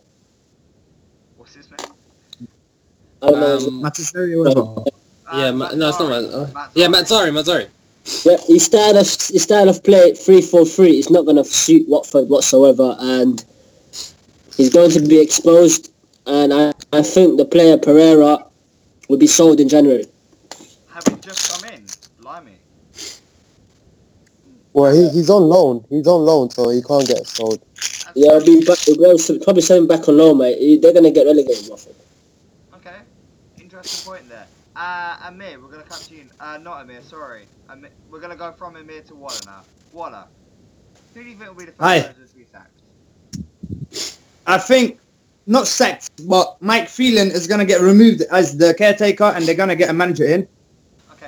What's his name?
I don't know.
Um, yeah,
Uh,
Ma- no, it's not
Mazzari.
Matt. Uh, yeah, Mazzari, Mazzari.
Yeah, his style of his style of play three four three is not going to suit Watford whatsoever, and he's going to be exposed. And I, I think the player Pereira will be sold in January.
Having just come in, blimey.
Well, he, he's on loan. He's on loan, so he can't get sold.
That's-
Yeah, I'll be back, he'll go s- probably send him back on loan, mate. He- They're going to get relegated. Watford.
Okay. Interesting point there. Uh, Amir, we're gonna come to you. Uh, not Amir, sorry. Amir, we're gonna go from Amir to Waller now. Waller, who do you think will be the first
Aye.
manager to be sacked?
I think not sacked, but Mike Phelan is going to get removed as the caretaker, and they're going to get a manager in.
Okay.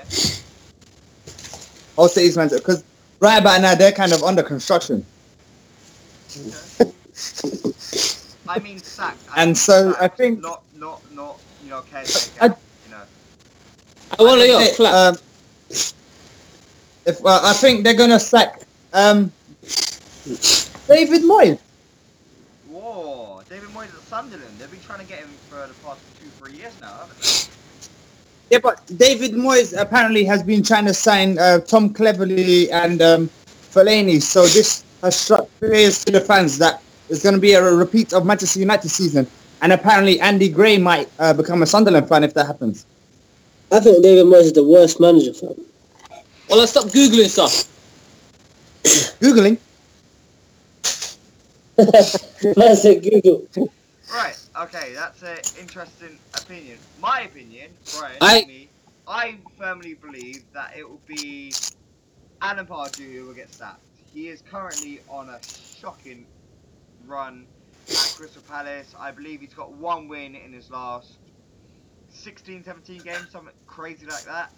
I'll say he's manager because right about now they're kind of under construction,
I mean sacked. I
and
mean
so I
sacked,
think
not not not you know caretaker.
I-
you know.
I want to go.
Hey, um, if well, I think they're going to sack um, David Moyes.
Whoa, David Moyes at Sunderland. They've been trying to get him for the past two, three years now, haven't they?
Yeah, but David Moyes apparently has been trying to sign uh, Tom Cleverly and um, Fellaini, so this has struck fears to the fans that it's going to be a repeat of Manchester United season. And apparently Andy Gray might uh, become a Sunderland fan if that happens.
I think David Moyes is the worst manager for them.
Well, I stop googling stuff.
Googling.
*laughs* That's a Google.
Right. Okay, that's an interesting opinion. My opinion, Brian,
I-
me, I firmly believe that it will be Alan Pardew who will get sacked. He is currently on a shocking run at Crystal Palace. I believe he's got one win in his last 16, 17 games, something crazy like that.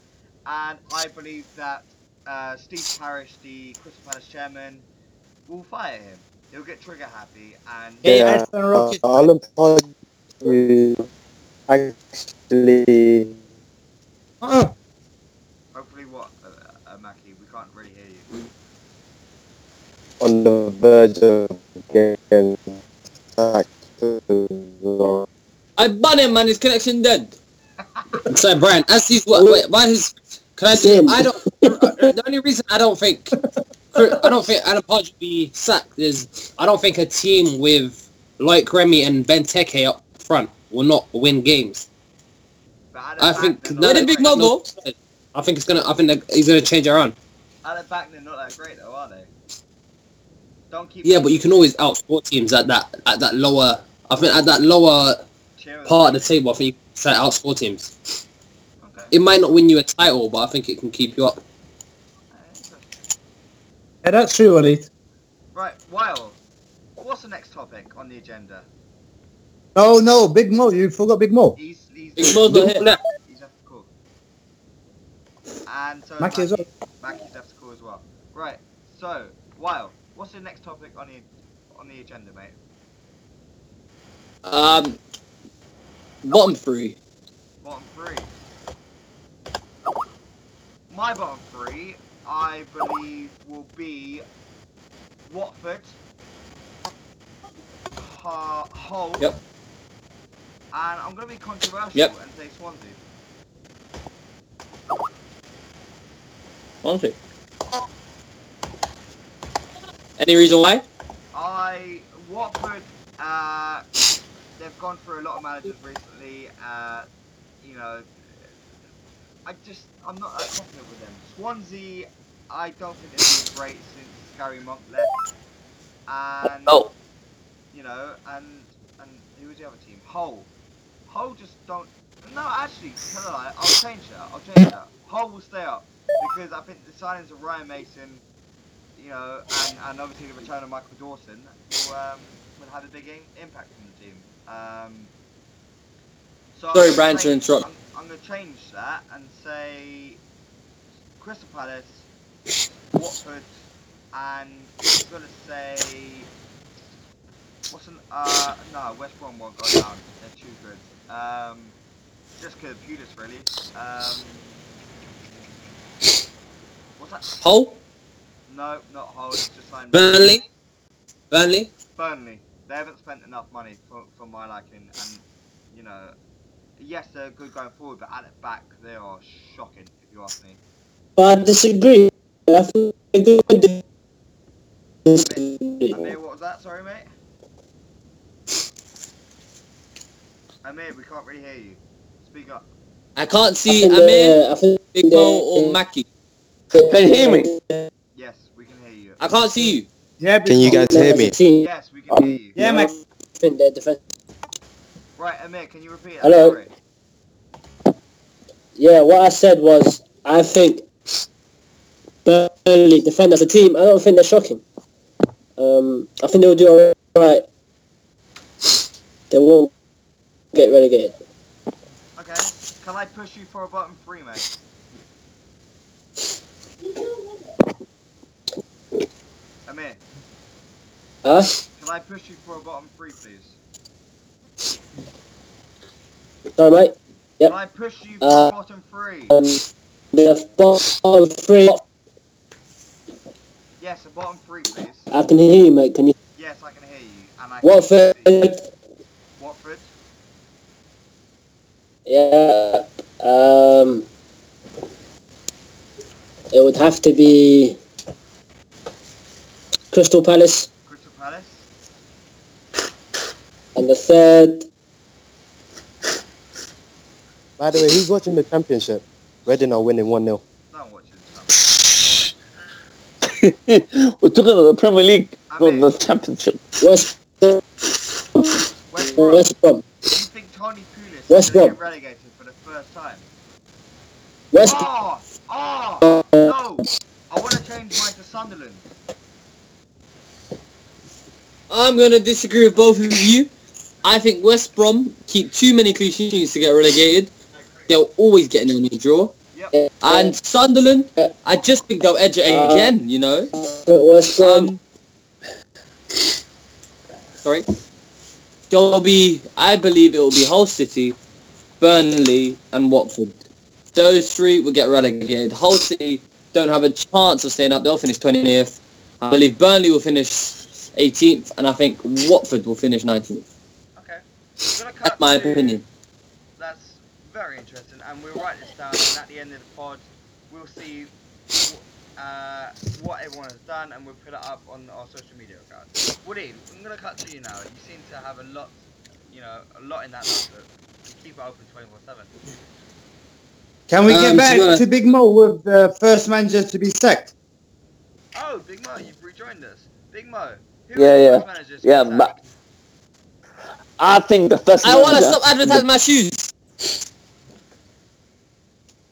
And I believe that uh, Steve Parish, the Crystal Palace chairman, will fire him. He'll get trigger happy and
Yeah,
Yeah,
Aston
Uh,
Rocket.
Alan Pardew actually
Uh-uh.
Hopefully, what, uh, uh, Mackie? We can't really hear you.
on the verge of getting sacked. So,
I bun him, man. His connection dead.
So, Brian, as he's what? Wait, why is? Can I? Do,
Sim.
I don't. the only reason I don't think, I don't think Alan Podge would be sacked is I don't think a team with like Remy and Benteke up front will not win games.
But at the
I
back,
think
they're
no,
not
Let
that
it be
great.
Bob. Mobo.
I think it's gonna. I think that he's gonna change it around.
At the back, they're not that great, though, are they? Don't keep.
Yeah, but you can always outscore teams at that at that lower. I think at that lower
Cheer them.
part of the table, I think you can set outscore teams.
Okay.
It might not win you a title, but I think it can keep you up.
alright, interesting.
Yeah, that's true, Ollie.
Right, Wild. What's the next topic on the agenda?
No, no, Big Mo. You forgot Big Mo.
He's he's
Big Mo's not here.
he's after call. And so
Mackie as well.
Mackie's after call as well. Right. So Wild. What's the next topic on the on the agenda, mate?
Um, bottom three.
Bottom three. My bottom three, I believe, will be Watford, Hu- Hull,
Yep.
and I'm going to be controversial
Yep.
and say Swansea.
Honestly. Any reason why?
I Watford. Uh, they've gone through a lot of managers recently. Uh, you know, I just I'm not that confident with them. Swansea, I don't think they've been great since Gary Monk left. And
Oh.
you know, and and who was the other team? Hull. Hull just don't. No, actually, tell a lie, I'll change that. I'll change that. Hull will stay up because I think the signings of Ryan Mason, you know, and, and obviously the return of Michael Dawson will um, will have a big in- impact on the team. Um, so I'm
Sorry,
gonna
Brian, to
change-
interrupt.
I'm, I'm going to change that and say Crystal Palace, Watford, and I'm going to say What's an uh no West Brom won't go down. They're too good. Um, just because Pulis really. Um, what's that?
Hull?
No, not Hull. It's just signed
Burnley? Burnley?
Burnley. They haven't spent enough money for, for my liking, and you know, yes they're good going forward, but at the back they are shocking if you ask me.
But I disagree. I think I agree with
Amir,
the-
what was that? Sorry, mate. Amir, we can't really hear you. Speak up.
I can't
I
see
think
Amir,
the- uh, I think
Big Mo,
the-
or Mackie.
Can you hear me?
Yes, we can hear you.
I can't see you.
Yeah,
Can you guys hear me?
team-
Yes, we can hear you.
Yeah,
I
mate.
think their defense.
Right, Amir, can you repeat that?
Hello?
Sorry.
Yeah, what I said was I think Burnley defend as a team. I don't think they're shocking. Um, I think they'll do all right. They won't get relegated.
Okay. Can I push you for a button three, mate? Amir,
Huh?
can I push you for a bottom three, please?
No, mate. Yep.
Can I push you for
Uh,
a bottom three?
Um, the bottom three.
Yes, a bottom three, please.
I can hear you, mate. Can you?
Yes, I can hear you. And I can
Watford.
see you. Watford.
Yeah. Um. It would have to be Crystal Palace,
Crystal Palace.
and the third
By the way, who's watching the championship? Reading are winning 1-0.
Don't watch this.
We're talking about the Premier League, not
Amir,
the Championship.
West
West Brom, do
West Brom.
you think Tony Pulis is
West
going to get
Brom.
relegated for the first time?
West
Oh! Oh! No! I want to change mine to Sunderland.
I'm going to disagree with both of you. I think West Brom keep too many clean sheets to get relegated. They'll always get an only draw. Uh,
Yep.
And Sunderland, uh, I just think they'll edge it
Uh,
again, you know.
West Brom.
Um, sorry. There'll be, I believe it will be Hull City, Burnley, and Watford. Those three will get relegated. Hull City don't have a chance of staying up. They'll finish 20th. I believe Burnley will finish 18th, and I think Watford will finish 19th.
Okay. We're gonna cut
That's my
to-
opinion.
That's very interesting, and we'll write this down. And at the end of the pod, we'll see wh- uh, what everyone has done, and we'll put it up on our social media accounts. Woody, I'm gonna cut to you now. You seem to have a lot, you know, a lot in that notebook. You keep it open 24/7.
Can we
Um,
get back
to be honest-
to Big Mo with the first manager to be sacked?
Oh, Big Mo, you've rejoined us. Big Mo, who
Yeah,
is
yeah.
the first manager? to
Yeah,
get
but-
sacked?
I think the first.
I want to
manager-
stop advertising my shoes.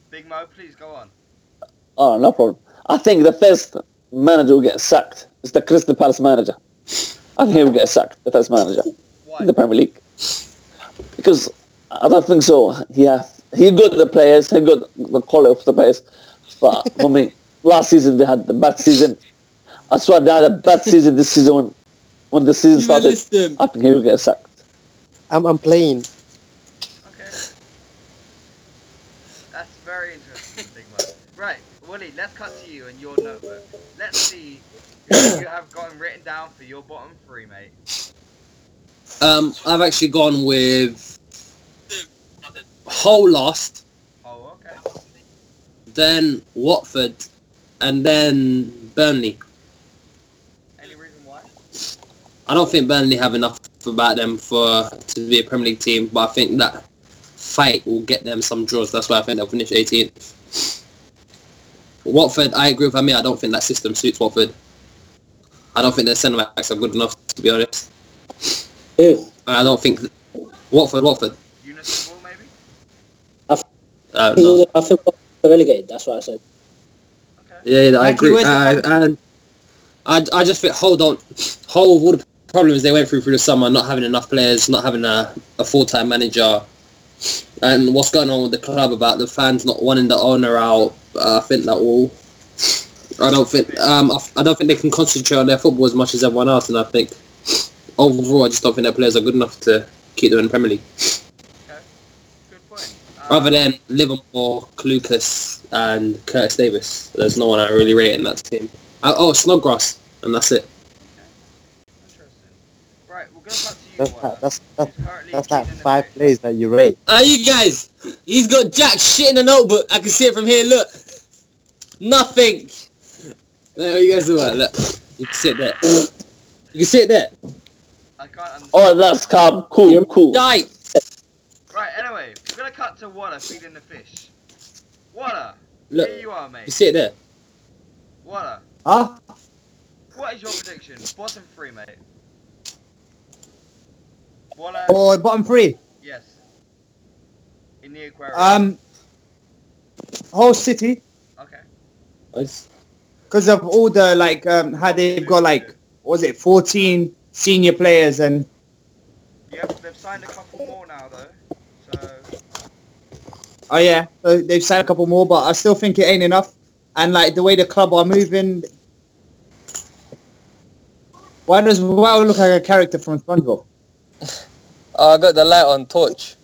Big Mo, please go on.
Oh, no problem. I think the first manager will get sacked. It's the Crystal Palace manager. I think he will get sacked, the first manager
Why?
in the Premier League. Because I don't think so. He has, he got the players, he got the quality of the players. But for me, last season they had the bad season. I swear they had a bad season this season when, when the season
You
started.
list them.
I think he will get sacked.
I'm, I'm playing.
Okay. That's very interesting, Big Mo. Right, let's cut to you and your notebook. Let's see who you have gotten written down for your bottom three, mate.
Um, I've actually gone with Hull lost,
Oh, okay.
then Watford, and then Burnley.
Any reason why?
I don't think Burnley have enough about them for to be a Premier League team, but I think that fight will get them some draws. That's why I think they'll finish 18th. Watford, I agree with Amir. I don't think that system suits Watford. I don't think their centre backs are good enough, to be honest.
Who?
I don't think Watford, Watford.
Unison ball, maybe?
Uh,
I
no.
think we're relegated. That's what I said.
Okay.
Yeah, yeah, I
Actually,
agree.
where's the
I, and I, I just think hold on, hold all the problems they went through through the summer, not having enough players, not having a, a full time manager, and what's going on with the club about the fans not wanting the owner out. Uh, I think that will. I don't think um, I, I don't think they can concentrate on their football as much as everyone else, and I think overall I just don't think their players are good enough to keep them in the Premier League.
Good point. Uh,
Other than Livermore, Lucas, and Curtis Davis, there's no one I really rate in that team. Uh, oh, Snodgrass, and that's it.
Interesting. Right, we're going to cut to
That's
you, Warner,
that, that's that's,
who's currently
that's like
leading the
five
pitch.
plays that you rate.
Ah, you guys, he's got jack shit in the notebook. I can see it from here. Look, nothing.
There you guys are. Look, you can sit there. You can sit there.
I can't understand.
Oh, that's calm. Cool, cool.
Die.
Right, anyway, we're going to cut to Warner feeding the fish. Warner,
Look,
here you are,
you
mate.
sit there.
Warner,
Huh?
what is your prediction? Bottom three, mate. Warner,
Or bottom three.
yes. In the aquarium.
Um, whole city
okay.
Nice.
because of all the like um, how they've got like what was it 14 senior players and
Yep, they've signed a couple more now, though. So,
oh yeah, so they've signed a couple more, but I still think it ain't enough. And like the way the club are moving, why does Wow look like a character from SpongeBob?
Oh, I got the light on torch.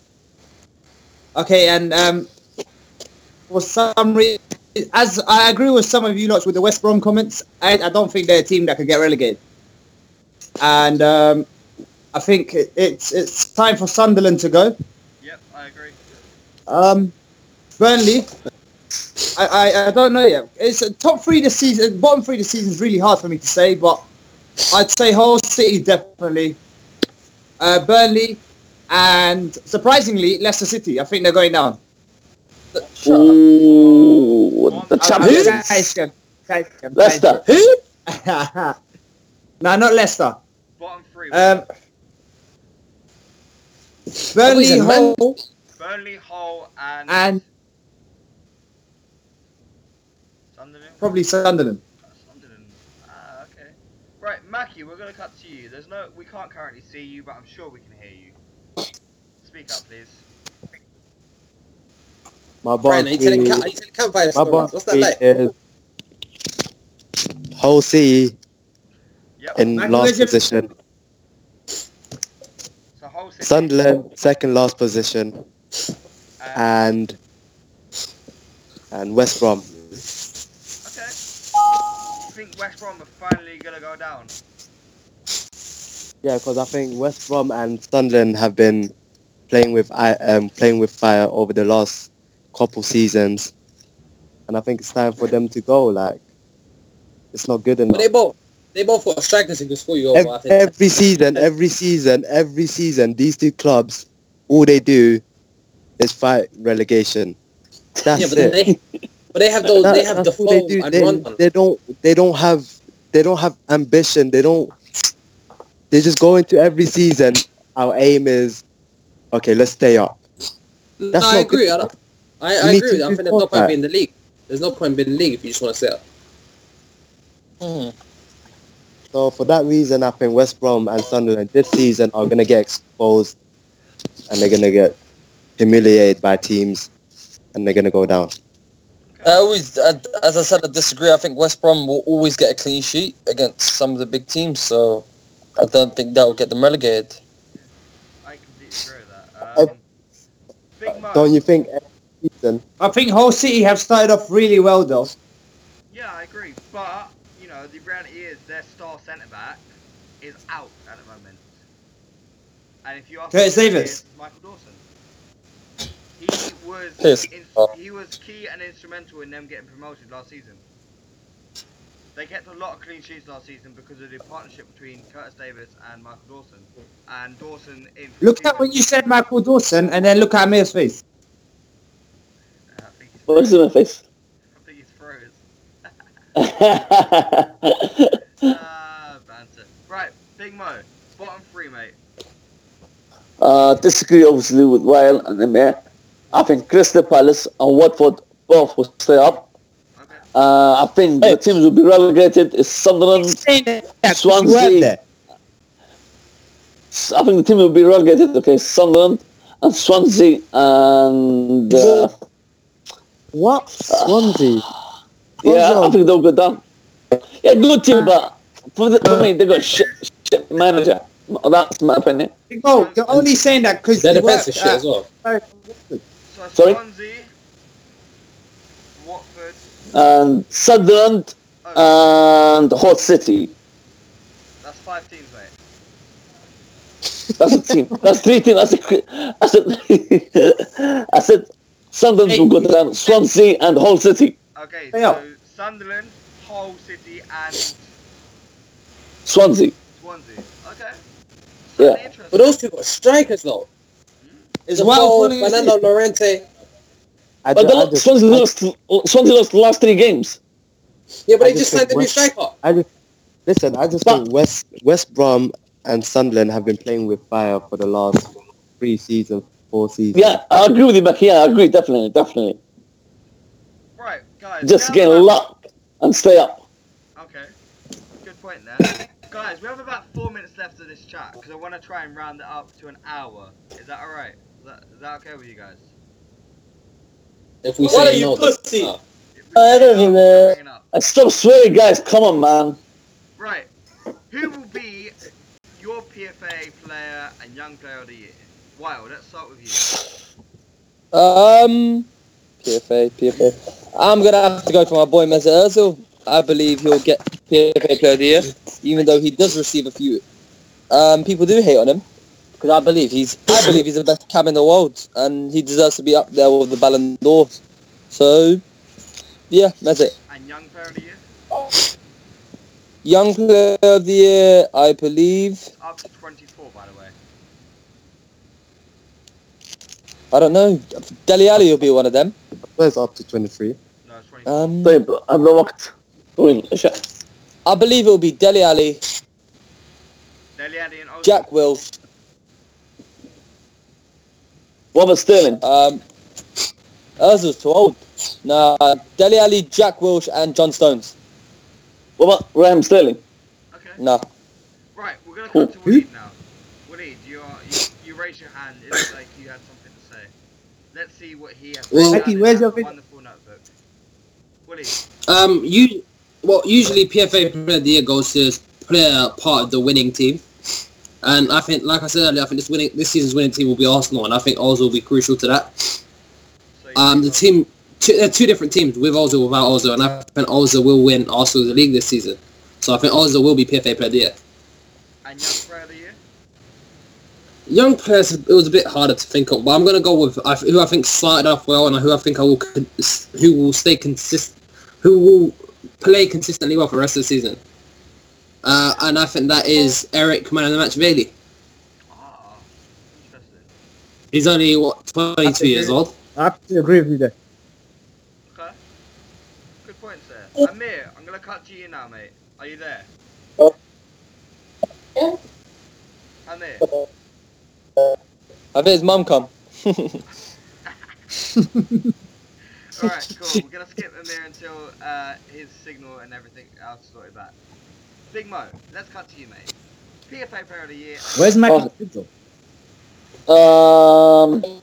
Okay, and um, for some reason, as I agree with some of you lots with the West Brom comments, I, I don't think they're a team that could get relegated. And um, I think it, it's it's time for Sunderland to go.
yep, I agree.
Um, Burnley, I, I, I don't know yet. It's uh, top three this season, bottom three this season is really hard for me to say, but I'd say Hull City definitely, uh, Burnley, and surprisingly Leicester City. I think they're going down.
Ooh, the
Who?
champions.
Leicester.
Leicester.
Who?
*laughs* no, not Leicester.
Bottom three.
Um,
Oh,
Burnley,
he's a man.
Hull,
Burnley, Hull, and,
and
Sunderland. Uh,
probably Sunderland.
Sunderland. Ah, okay. Right, Mackie, we're gonna cut to you. There's no, we can't currently see you, but I'm sure we can hear you. Speak up, please.
My
Brian,
bottom
are you telling,
three,
ca- are you telling campfire
my
stories?
bottom
What's that
three
like?
is whole city
Yep.
in
Michael,
last
where's your-
position.
So whole city.
Sunderland second last position,
Uh,
and and West Brom.
okay. You think West Brom are finally gonna go down?
Yeah, because I think West Brom and Sunderland have been playing with i- um, playing with fire over the last couple seasons, and I think it's time for them to go. Like, it's not good
But
enough.
they both, they both got strikers who can score you over. I
Every,
think.
every season, every season, every season, these two clubs, all they do is fight relegation. That's
yeah, but
it.
they, but they have those,
That-
they have the
that's what they
form
do.
and
They,
run.
they don't. They don't have. They don't have ambition. They don't. They just go into every season. Our aim is, okay, let's stay up.
No,
That's
I
not
agree.
good
I, don't- I, I
need
agree. with
to
you. I
do
think there's no
more
point
that.
being in the league. There's no point being in the league if you just want to sit up.
Hmm.
So for that reason, I think West Brom and Sunderland this season are gonna get exposed, and they're gonna get humiliated by teams, and they're gonna go down.
I always, I, as I said, I disagree. I think West Brom will always get a clean sheet against some of the big teams, so I don't think that will get them relegated.
I completely agree with that. Um,
Oh.
Big Mo.
Don't you think? Every season,
I think Hull City have started off really well though.
Yeah, I agree. But you know, the reality is their star centre back is out at the moment. And if you ask
Curtis
me, it
Davis.
is Michael Dawson. He was
Yes.
in, he was key and instrumental in them getting promoted last season. They kept a lot of clean sheets last season because of the partnership between Curtis Davis and Michael Dawson. And Dawson in
Look at what you said, Michael Dawson, and then look at Amir's face.
I think his,
What is in my face?
I
*laughs*
think his throat is
uh,
Ah, banter. Right, Big Mo, bottom three, mate.
Uh, disagree obviously with Ryan and Emir. I think Crystal Palace and Watford both will stay up.
Okay.
Uh, I think the teams will be relegated is Sunderland. Swansea. I think the team will be relegated. Okay, Sunderland and Swansea and uh,
What? Swansea.
*sighs* yeah, I
Swansea.
think they'll go down. Yeah, good
Ah.
team, but for, the, for me they got shit, shit manager. That's my opinion.
Big Mo, you're only saying that because
Their defense is shit as well. uh,
So
Sorry?
Swansea, Watford.
And Sunderland Uh,
Oh,
and Hot City.
that's five teams, mate.
That's a
*laughs*
team. That's three teams. That's a, cri- that's a, *laughs* I said Sunderland will go down. Swansea and Hull City.
Okay,
Hey,
so
up.
Sunderland, Hull City, and
Swansea.
Swansea. Okay.
Yeah.
Certainly interesting.
But those two got strikers though.
Is
The
well
Paul, Fernando Llorente.
I
But
ju-
the,
I
lo-
just-
Swansea,
I-
lost, Swansea lost the last three games.
Yeah, but
I
they just
just
signed
think
a new
West-
striker.
I just listen. I just
But-
think West West Brom and Sunderland have been playing with fire for the last three seasons, four seasons.
Yeah, I agree with you, back. Yeah, I agree, definitely, definitely.
Right, guys.
Just
we
get
have about-
luck and stay up.
Okay. Good point there. guys, we have about four minutes left of this chat because I want to try and round it up to an hour. Is that all right? Is that, is that okay with you guys?
If we
What
say
are you
no,
pussy?
no.
If we bring
I
it
don't
up,
know.
bring it up.
And stop swearing, guys. Come on, man.
Right. Who will be your PFA player and young player of the year? Wow, let's start with you.
Um, PFA, PFA. I'm gonna have to go for my boy Mesut Ozil. I believe he'll get PFA Player of the Year, even though he does receive a few. Um, people do hate on him because I believe he's, I believe he's the best cab in the world, and he deserves to be up there with the Ballon d'Or. So, yeah, that's it.
And young player of the year?
Young Player of the Year, I believe.
It's up to 24, by the way.
I don't know. Deli Ali will be one of them.
So it's up to twenty-three.
No, it's 24.
Um,
طيب عبد الوقت وين أشياء.
I believe it will be Deli Ali,
Uh,
Dele Alli and Ozil.
Jack Will,
Robert Sterling.
Um, Ozil's too old. Nah, Deli Ali, Jack Wilsh, and John Stones.
Robert Raheem Sterling.
Okay.
Nah.
Right, we're going to come to Waleed now. Waleed, you, are, you, you raise your hand. It looks like you had something to say. Let's see what he has. written
Well-
down
Mikey,
in
where's
that
your vid-
Wonderful notebook. Waleed,
Um, you well usually PFA Player of the Year goes to this player part of the winning team, and I think, like I said earlier, I think this winning this season's winning team will be Arsenal, and I think Oz will be crucial to that.
so you
Um, the
think
team two, they're two different teams with Oz and without Oz, and I think Oz will win Arsenal the league this season. So I think Oz will be PFA Player of the Year.
Ozil- And young player of the year?
Young players, it was a bit harder to think of, but I'm going to go with I- who I think started off well and who I think I will, con- who will stay consistent, who will play consistently well for the rest of the season. Uh, and I think that is Eric Man of the Match Bailey.
Ah, interesting.
He's only what 22 years old.
I absolutely agree with you there.
Okay. Good points
Oh.
there. Amir, I'm gonna cut you in now, mate. Are you there?
Oh.
Amir,
I bet his mum
*laughs*
come.
alright, cool. We're gonna skip Amir until uh, his signal and everything else is sorted back. Big Mo, let's cut to you, mate. PFA Player of the Year.
Where's my
Oh.
cathedral?
Um,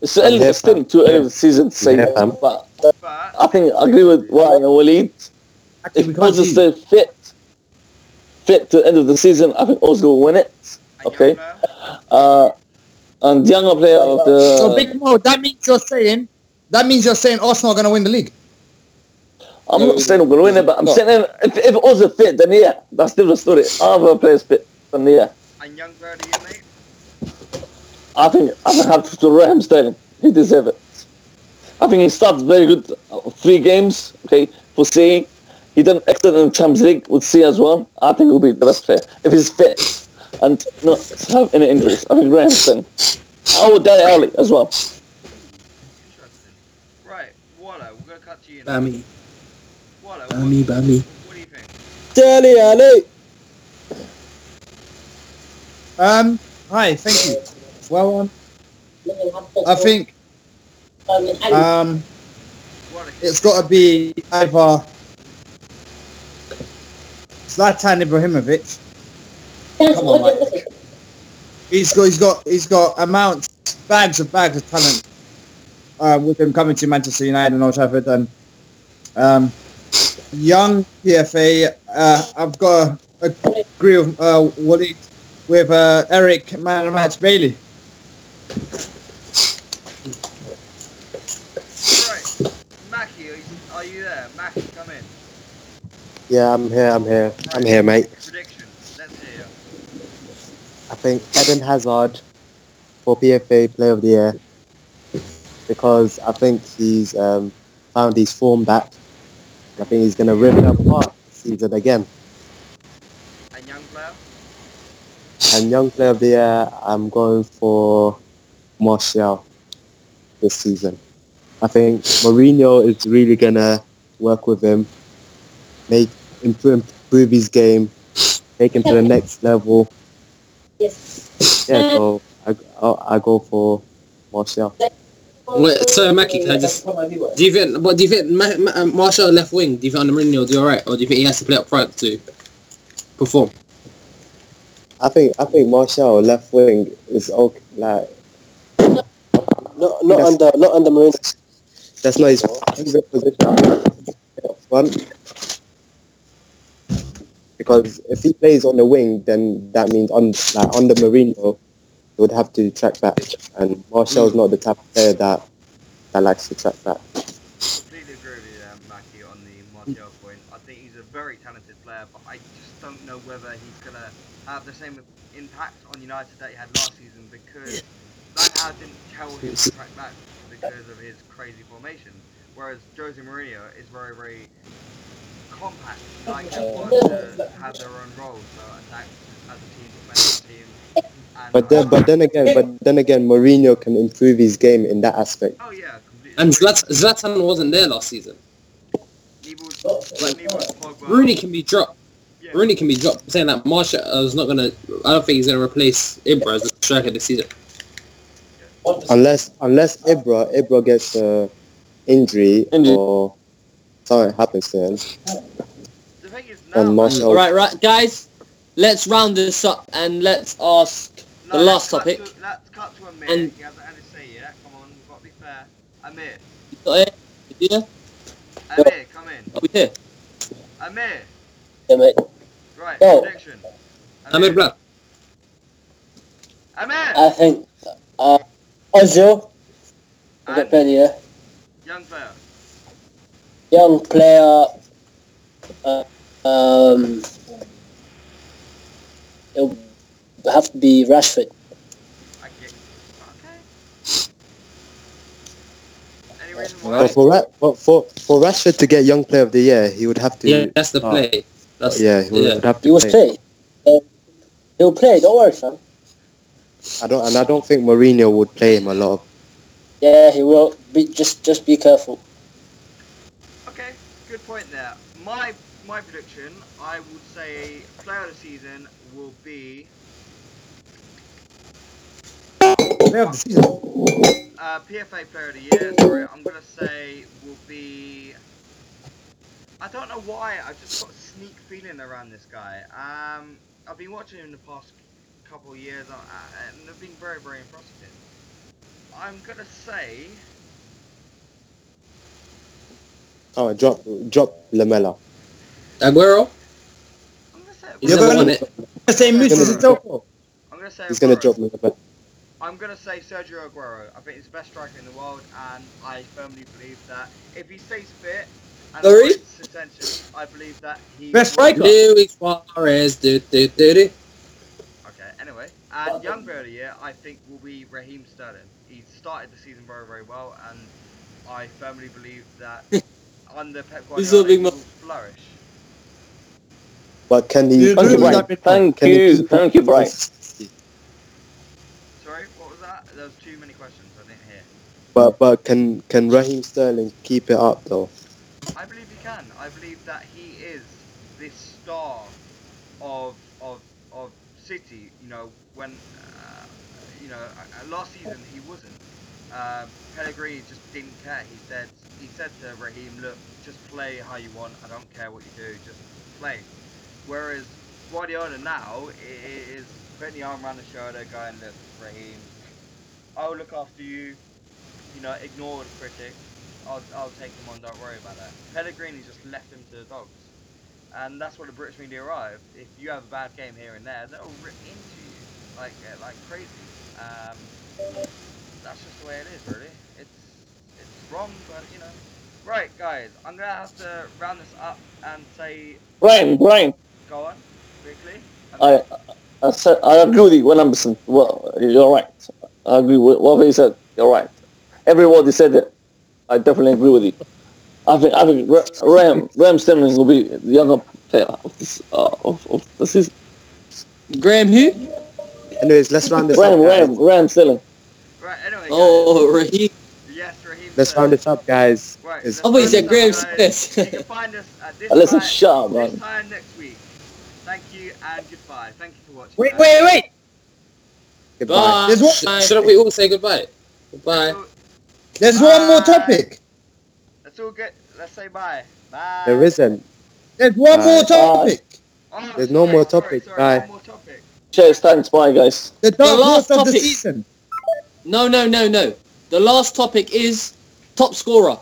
it's early,
Yeah,
it's still too early in the season to say,
Yeah, fam.
but
But
I think I agree with Ryan and Waleed.
Actually,
If
we can't
Ozil
see.
stay fit, fit to the end of the season, I think Ozil will win it.
a young
Okay.
player,
Uh, and younger player of the
uh,
So Big Mo, that means you're saying that means you're saying Arsenal are going to win the league.
uh, I'm
No,
not saying I'm going to win it, but I'm
no.
saying if, if it was a fit, then yeah, that's still the story. Other players fit, then yeah.
And young bird are you, mate?
I think I think have to Raheem Sterling. He deserves it. I think he started very good uh, three games. Okay, for C, he done excellent in Champions League with C as well. I think he'll be the best player if he's fit and not have any injuries. I think Raheem Sterling. I would Dele Alli as well.
Interesting. Right, Waller, we're going to cut to you now.
Bammy,
Waller, what,
Bammy, Bammy.
what do you think?
Dele Alli.
Um, hi, thank you. Well, um, I think um,
Waller,
it's got to be either Zlatan Ibrahimovic. Come on, Mike. He's got, he's got, he's got amounts, bags of bags of talent uh, with him coming to Manchester United and Old Trafford. And um, young PFA, uh, I've got to agree with uh, Wally with uh, Eric Man of the Match Bailey.
right. Mackie, are you, are you there? Mackie, come in.
Yeah, I'm here. I'm here.
Right.
I'm here, mate.
Prediction. Let's hear you.
I think Eden Hazard for PFA Player of the Year because I think he's um, found his form back. I think he's going to rip it apart this season again.
And young player?
And Young Player of the Year, I'm going for Martial this season. I think Mourinho is really going to work with him, make improve, improve his game, take him to the next level. Yeah, so I, I, I go for Martial.
Wait, so Mackie, can I just? Do you think? What do you think? Ma- Ma- uh, Martial left wing. Do you think under Mourinho will do all right, or do you think he has to play up front to perform?
I think I think Martial left wing is okay. Like
Not, not
Yes.
under, not under Marine.
that's not his favorite position up front. Because if he plays on the wing, then that means on like under Mourinho, he would have to track back, and Martial's not the type of player that that likes to track back.
completely agree with you, um, Mackie, on the Martial point. I think he's a very talented player, but I just don't know whether he's going to have the same impact on United that he had last season because Lampard didn't tell him to track back because of his crazy formation. Whereas Jose Mourinho is very, very compact, like everyone to have their own role, so attack as a team, defend as a team. And
But then, but then again, but then again, Mourinho can improve his game in that aspect.
oh yeah, completely.
And Zlat- Zlatan wasn't there last season.
he was,
like,
he was Pogba.
Rooney can be dropped.
Yeah.
Rooney can be dropped. Saying that Martial is not gonna. I don't think he's gonna replace Ibra as a striker this season.
Unless unless Ibra Ibra gets uh, injury,
Injury.
or something happens to him,
The thing is now,
and
Mm.
Martial
All right, right, guys, let's round this up and let's ask.
No,
The
let's
last
cut
topic.
To, let's cut to a minute.
And-
he hasn't had his say yet. Come on, we've got to be fair. Amir,
oh, Yeah, are
Amir, come in.
we here?
Amir,
Yeah, mate.
right,
Yo.
prediction.
Amir Black.
Amir,
I think uh, Ozil will get
and
plenty yeah.
young player.
Young player. Uh, um, it'll have to be Rashford.
I get. Okay. Any reason why?
But for, Ra- but for for Rashford to get Young Player of the Year, he would have to.
Yeah, that's the
Oh.
play. That's
yeah, he would
yeah.
have
He
to.
will
Play.
play. Uh, he'll play. Don't worry, fam.
I don't, and I don't think Mourinho would play him a lot.
Yeah, he will. Be, just, just be careful.
Okay, good point there. My my prediction, I would say player of the season will be
Player of the season.
uh, PFA Player of the Year. Sorry, I'm gonna say will be. I don't know why. I've just got a sneak feeling around this guy. Um, I've been watching him the past couple of years, uh, and I've been very, very impressed with him. I'm gonna say.
Oh, drop drop Lamella.
Aguero.
I'm gonna say.
He's
Yeah,
never
but-
won it.
I say Mrs. Sissoko.
I'm gonna say.
He's gonna
Aguero.
drop Lamella.
I'm gonna say Sergio Aguero. I think he's the best striker in the world, and I firmly believe that if he stays fit, And
Sorry?
avoids Detention. I believe that he.
Best striker.
Luis Suarez, do do do do.
Okay, anyway. And young player of the year, I think, will be Raheem Sterling. He started the season very, very well, and I firmly believe
*laughs*
that under Pep
This will
Guardiola,
be
he
my-
will flourish.
But can
You
he?
agree
Can he,
with that
right,
midfield?
Thank
Can you
you.
keep
Thank
up
you,
the
Brian.
Sorry, what was that? There was too many questions. I didn't hear.
but but can can Raheem Sterling keep it up though?
I believe he can. I believe that he is this star of of of City. You know, when uh, you know uh, last season he wasn't. Uh, Pellegrini just didn't care. He said he said to Raheem, "Look, just play how you want. I don't care what you do. Just play." Whereas Guardiola now i- i- is putting the arm around the shoulder, going, "Look, Raheem, I'll look after you. You know, ignore the critics." I'll, I'll take him on, don't worry about that. Pellegrini's just left him to the dogs. And that's what the British media arrive. If you have a bad game here and there, they'll rip into you like uh, like crazy. Um, that's just the way it is, really. It's it's wrong, but you know. Right, guys, I'm gonna have to round this up and say
Brian, Brian,
go on quickly. And
I, I, said, I agree with you 100%. Well, you're right. I agree with what you said. You're right. Every word you said, it, I definitely agree with you. I think, I think Ra- Ram, Ram Sterling will be the younger player of this, uh, of, of the season.
Graham who?
Anyways, let's round this
Ram,
up. guys.
Ram, Ram Sterling.
Right, anyway.
Oh, Raheem.
guys, yes, Raheem.
Let's
said-
round this up, guys.
Right,
It's-
let's
I thought you
round this
said
up,
Graham
guys.
Smith.
You can find us
*laughs*
at this
Listen,
time-
shut up,
Next
man.
time next week. Thank you and goodbye. Thank you for watching.
Wait,
guys.
wait, wait.
Goodbye.
Bye.
There's one-
Should not we all say goodbye? Goodbye.
So,
There's one more topic.
Let's all get. Let's say bye. Bye.
There isn't.
There's one more
Bye.
topic.
Oh,
There's no
sorry,
more
sorry,
topic.
Sorry,
Bye.
One more topic.
Cheers, thanks, bye guys.
The dark horse
last
of the
topic.
season.
No, no, no, no. The last topic is top scorer.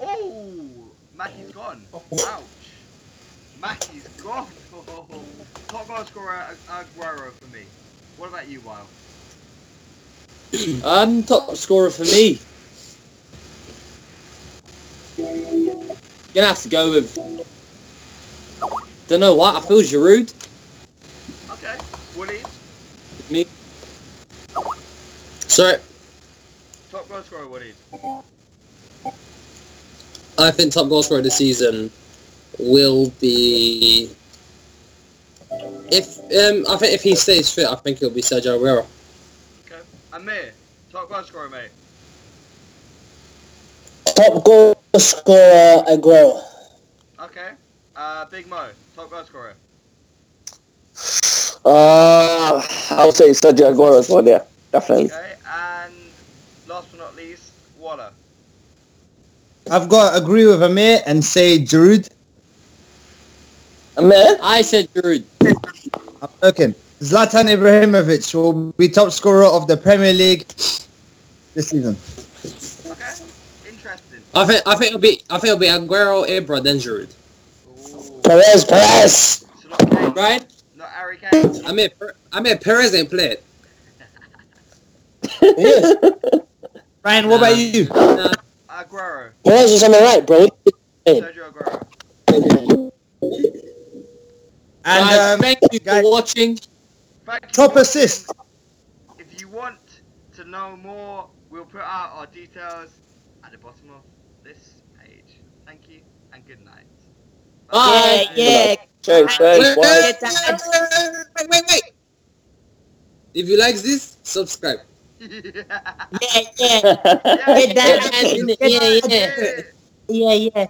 Oh, Mackie's gone. Ouch. Mackie's gone. *laughs* Oh, top goal scorer Ag- Aguero for me. What about you, Wild?
Um, top scorer for me. Gonna have to go with. Don't know what. I feel Giroud.
Okay. Woody,
With me.
Sorry,
top goal scorer Woody.
I think top goal scorer this season will be. If um, I think if he stays fit, I think it'll be Sergio Aguero.
Okay. Amir, top goal scorer, mate.
Top goal scorer Aguero.
Okay. Uh, Big Mo, top goal scorer.
Uh, I would say Sergio Aguero as well, yeah, definitely.
Okay. And last but not least, Waller.
I've got to agree with Amir and say Giroud.
And man,
I said Giroud.
I'm joking. Zlatan Ibrahimovic will be top scorer of the Premier League this season.
Okay. Interesting.
I think I think it'll be I think it'll be Aguero, Ibra, then Giroud.
Ooh.
*laughs*
Perez, Perez.
So not Kane,
Right?
not Harry Kane.
I mean, Per- I mean Perez ain't played.
Yeah.
Ryan, what about you?
Nah.
Aguero.
Perez is on the right, bro.
Sergio Aguero.
Guys,
And um,
thank you
guys-
for watching.
Thank you
Top
for
assist.
watching. If you want to know more, we'll put out our details at the bottom of this page. Thank you and good night.
Bye.
Yeah,
cheers, thanks, bye.
yeah. yeah.
Wait, wait, wait. If you like this, subscribe.
*laughs*
yeah, yeah.
yeah.
Get down, yeah, yeah, yeah, yeah.